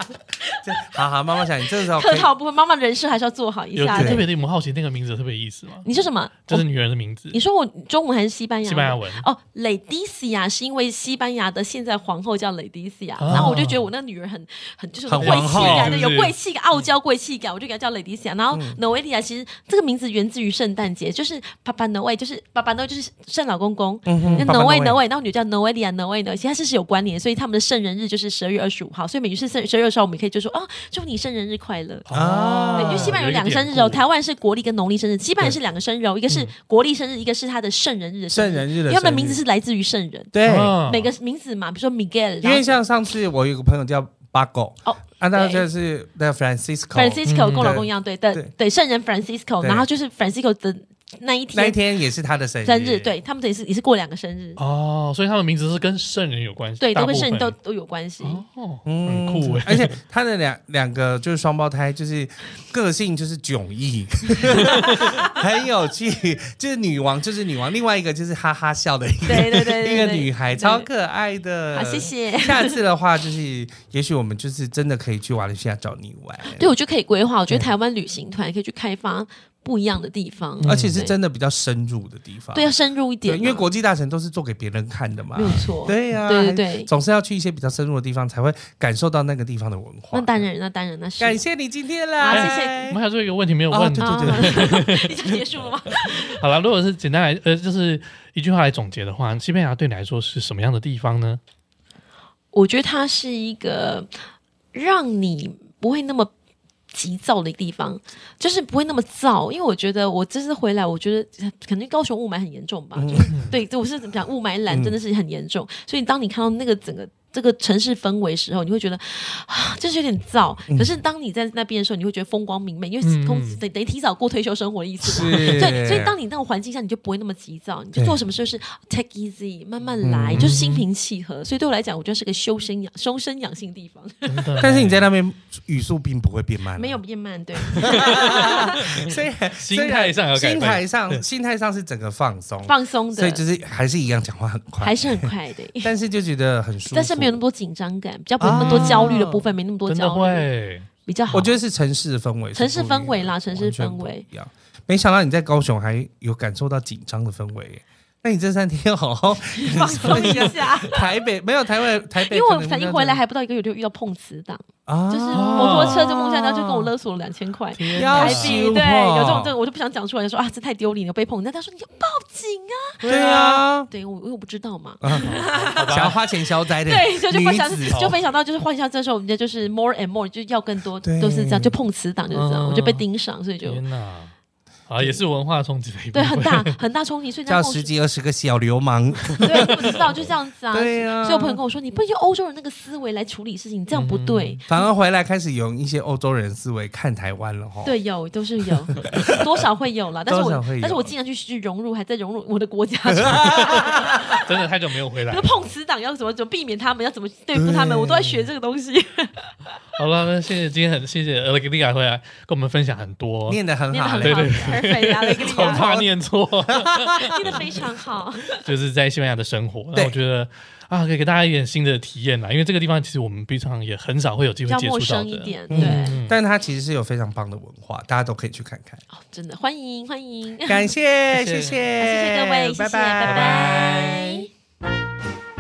Speaker 2: 这好好，妈妈想你这时候可
Speaker 3: 客
Speaker 2: 以
Speaker 3: 套部分，妈妈人设还是要做好一
Speaker 1: 有
Speaker 3: 下
Speaker 1: 有特
Speaker 3: 的。
Speaker 1: 别的，我们好奇那个名字有特别意思吗？
Speaker 3: 你说什么？
Speaker 1: 这是
Speaker 3: 我
Speaker 1: 女人的名字
Speaker 3: 你，说我中文还是西班牙？
Speaker 1: 西班牙。文。
Speaker 3: 哦，Ladicia 是因为西班牙的现在皇后叫 Ladicia，、
Speaker 1: 哦
Speaker 3: 然后我就觉得我那个女人很很就是有
Speaker 2: 啊很
Speaker 3: 贵
Speaker 2: 皇
Speaker 3: 气
Speaker 2: 后
Speaker 3: 感的，
Speaker 1: 是不是
Speaker 3: 有贵气感，傲娇贵气感，我就给她叫 Ladicia。然后 Noelia 其实这个名字源自于圣诞节，就是 Papa Noel，就是爸爸 Noel 就是圣老公公，
Speaker 2: 嗯哼
Speaker 3: 那
Speaker 2: 爸爸
Speaker 3: Noel
Speaker 2: Noel
Speaker 3: Noel，然后女叫 Noelia Noel Noel，其实它是是有关联，所以他们的圣人日就是十二月二十五号，所以每于是圣十二月二十号，我们可以就说哦，祝你圣人日快乐。
Speaker 2: 啊
Speaker 3: 对，因为西班牙有两个生日哦，台湾是国历跟农历生日，西班牙
Speaker 2: 对嗯
Speaker 3: 是两个生日哦，一个是国历生日，一个是他的圣人日的
Speaker 2: 圣
Speaker 3: 日
Speaker 2: 人日
Speaker 3: 因
Speaker 2: 的
Speaker 3: 为他们的名
Speaker 2: 生
Speaker 3: 字
Speaker 2: 日
Speaker 3: 是来自于圣人，
Speaker 2: 对，
Speaker 3: 每个名字嘛，比如说 Miguel，
Speaker 2: 因
Speaker 3: 然
Speaker 2: 为
Speaker 3: 后
Speaker 2: 像上次我有个朋友叫八狗，
Speaker 3: 哦
Speaker 2: 啊，那
Speaker 3: 对
Speaker 2: 就是那 Francisco，
Speaker 3: Francisco
Speaker 1: 嗯
Speaker 3: 跟我老公一样，对的
Speaker 2: 对，
Speaker 3: 对圣人 Francisco，
Speaker 2: 对
Speaker 3: 然后就是 Francisco 的那一
Speaker 2: 那一
Speaker 3: 天
Speaker 2: 天也是他的生日，
Speaker 3: 生日，，对他们等于是也是过两个生日，
Speaker 1: 哦，所以他们名字是跟圣人有关系，
Speaker 3: 对，
Speaker 1: 大
Speaker 3: 都
Speaker 1: 部
Speaker 3: 跟
Speaker 1: 分
Speaker 3: 圣人都都有关系。
Speaker 1: 哦，很酷哎，
Speaker 2: 嗯而且他的两两个就是双胞胎，就是个性就是迥异， <laughs> 很有趣，就是女王就是女王，另外一个就是哈哈笑的一个
Speaker 3: 对对对对
Speaker 2: <laughs>
Speaker 3: 对，
Speaker 2: 一个女孩，超
Speaker 3: 对
Speaker 2: 可爱的。
Speaker 3: 好，谢。谢。
Speaker 2: 下次的话，就是也许我们就是真的可以去瓦伦西亚找你玩，
Speaker 3: 对，我觉得可以规划。我觉得
Speaker 2: 对
Speaker 3: 台湾旅行团可以去开发不一样的地方，
Speaker 2: 而且是
Speaker 3: 对
Speaker 2: 真的比较深入的地方。
Speaker 3: 对要深入一
Speaker 2: 对，
Speaker 3: 点嘛，
Speaker 2: 因为国际大城都是做给别人看的嘛
Speaker 3: 没。有错，
Speaker 2: 对呀、
Speaker 3: 对对对
Speaker 2: 总是要去一些比较深入的地方，才会感受到那个地方的文化。
Speaker 3: 那当然，那当然，那是
Speaker 2: 感谢你今天
Speaker 3: 好
Speaker 2: 来，
Speaker 3: 谢谢
Speaker 1: 我们还有最后一个问题没有问，
Speaker 2: 对对
Speaker 3: 对， <laughs> 你就结束了吗？
Speaker 1: 好了，如果是简单来，呃，就是一句话来总结的话，西班牙对你来说是什么样的地方呢？
Speaker 3: 我觉得它是一个让你不会那么。急躁的一个地方，就是不会那么燥，因为我觉得我这次回来，我觉得 <laughs> 肯定高雄雾霾很严重吧，就是对，对我是怎么讲，雾霾蓝真的是很严重，所以当你看到那个整个这个城市氛围时候，你会觉得 <sighs> 啊，就是有点燥。可是当你在那边的时候，你会觉得风光明媚，因为空
Speaker 1: 嗯
Speaker 3: 得得提早过退休生活的意思嘛。
Speaker 2: 是
Speaker 3: 对，所以当你那种环境下，你就不会那么急躁，你就做什么事就是啊 take easy，慢慢
Speaker 2: 嗯
Speaker 3: 来，就是心平气和。所以对我来讲，我觉得是个修身养、修身养性
Speaker 2: <laughs>
Speaker 3: 地方，
Speaker 1: 真的
Speaker 2: 但是你在那边语速并不会变慢啊，
Speaker 3: 没有变慢。对， <laughs>
Speaker 2: 虽然
Speaker 1: 心态上要改
Speaker 2: 心
Speaker 1: 变
Speaker 2: 态上心态上是整个放松，
Speaker 3: 放松
Speaker 2: 所以
Speaker 3: 的，
Speaker 2: 就是还是一样讲话很快，
Speaker 3: 还是很快
Speaker 2: <laughs>
Speaker 3: 的。
Speaker 2: 但是就觉得很舒服，
Speaker 3: 但是没有那么多紧张感，比较不会那么多焦
Speaker 2: 啊
Speaker 3: 虑的部分，没那么多
Speaker 1: 真的
Speaker 3: 焦虑，
Speaker 1: 会，
Speaker 3: 比较好。
Speaker 2: 我觉得是城市的氛围，
Speaker 3: 城市氛围啦
Speaker 2: 是不一样
Speaker 3: 城市氛
Speaker 2: 完
Speaker 3: 围
Speaker 2: 全不一样。没想到你在高雄还有感受到紧张的氛围耶，那你这三天要好好
Speaker 3: <laughs> 放松一下，
Speaker 2: 台北没有台北台
Speaker 3: <laughs> 因
Speaker 2: 北
Speaker 3: 为
Speaker 2: 可
Speaker 3: 我
Speaker 2: 能
Speaker 3: 才
Speaker 2: 比
Speaker 3: 一
Speaker 2: 较
Speaker 3: 回来还不到一个月就遇到碰瓷党，
Speaker 2: 啊，
Speaker 3: 就是摩托车就碰下，然后就跟我勒索了两千块。
Speaker 1: 天
Speaker 2: 要
Speaker 1: 哪
Speaker 3: 台币
Speaker 2: 羞
Speaker 3: 对，
Speaker 2: 哦
Speaker 3: 有这种这种，我就不想讲出来，就说啊，这太丢脸了，被碰。那他说你要报警啊，
Speaker 2: 对啊，
Speaker 3: 对我我不知道嘛，
Speaker 2: 啊想要花钱消灾
Speaker 1: <laughs>
Speaker 2: 的
Speaker 3: 对，所以就
Speaker 2: 女
Speaker 3: 分享
Speaker 2: 子，
Speaker 1: 哦
Speaker 3: 就分享到就是换下这时候，人家就是 more and more 就要更多，
Speaker 2: 对
Speaker 3: 都是这样，就碰瓷党就是这样，
Speaker 1: 嗯
Speaker 3: 我就被盯上，所以就
Speaker 1: 天哪，啊，也是文化冲击的一部
Speaker 3: 对
Speaker 1: 分，
Speaker 3: 很大很大冲击，所以
Speaker 2: 叫
Speaker 3: 那时候
Speaker 2: 十几二十个小流氓，
Speaker 3: 对，我不知
Speaker 1: <laughs>
Speaker 3: 道，就这样子啊。
Speaker 2: 对啊
Speaker 3: 所以我朋友跟我说，你不能用欧洲人那个思维来处理事情，这样不
Speaker 1: 嗯
Speaker 3: 对。
Speaker 2: 反而回来开始用一些欧洲人思维看台湾了哈。，
Speaker 3: 对，有都是有， <laughs> 多少会有啦。但是
Speaker 2: 多
Speaker 3: 我
Speaker 2: 少会有
Speaker 3: 但是我尽量去去融入，还在融入我的
Speaker 1: <laughs>
Speaker 3: 国家。
Speaker 1: <laughs> 真的太久没有回来
Speaker 3: 那个。碰瓷党要怎么怎么避免他们，要怎么对付他们，我都在学这个东西。
Speaker 1: 好了，那谢谢今天很谢谢 a l e x i 回来跟我们分享很多，
Speaker 2: 念得很
Speaker 3: <laughs> 念得
Speaker 2: 好
Speaker 3: 很
Speaker 2: 嘞，
Speaker 1: <laughs> 对
Speaker 3: 好
Speaker 1: 对
Speaker 3: ，perfect 啊，雷格利
Speaker 1: 好
Speaker 3: 亚，
Speaker 1: 怕念错，
Speaker 3: <laughs> 念得非常好。
Speaker 1: 就是在西班牙的生活。那
Speaker 2: 对
Speaker 1: 我觉得啊，可以给大家一点新的体验啦，因为这个地方其实我们平常也很少会有机
Speaker 3: 比
Speaker 1: 会
Speaker 3: 较
Speaker 1: 接
Speaker 3: 陌
Speaker 1: 触到
Speaker 3: 生一
Speaker 1: 的。
Speaker 3: 点，
Speaker 2: 嗯
Speaker 3: 对，
Speaker 2: 但它其实是有非常棒的文化，大家都可以去看看。
Speaker 3: 哦真的欢迎欢迎， <laughs> 谢
Speaker 2: 感谢，
Speaker 1: 谢谢
Speaker 2: 谢
Speaker 3: 谢各位，谢谢，拜拜。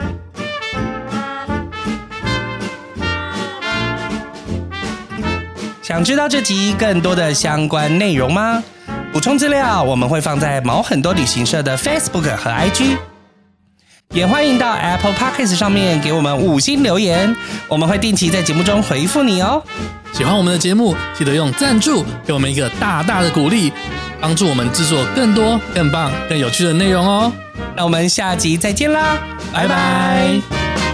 Speaker 2: 想知道这集更多的相关内容吗？补充资料我们会放在毛很多旅行社的 Facebook 和 IG，也欢迎到 Apple Podcast 上面给我们五星留言，我们会定期在节目中回复你哦。
Speaker 4: 喜欢我们的节目，记得用赞助给我们一个大大的鼓励，帮助我们制作更多、更棒、更有趣的内容哦。
Speaker 2: 那我们下集再见啦，
Speaker 4: 拜
Speaker 2: 拜拜
Speaker 4: 拜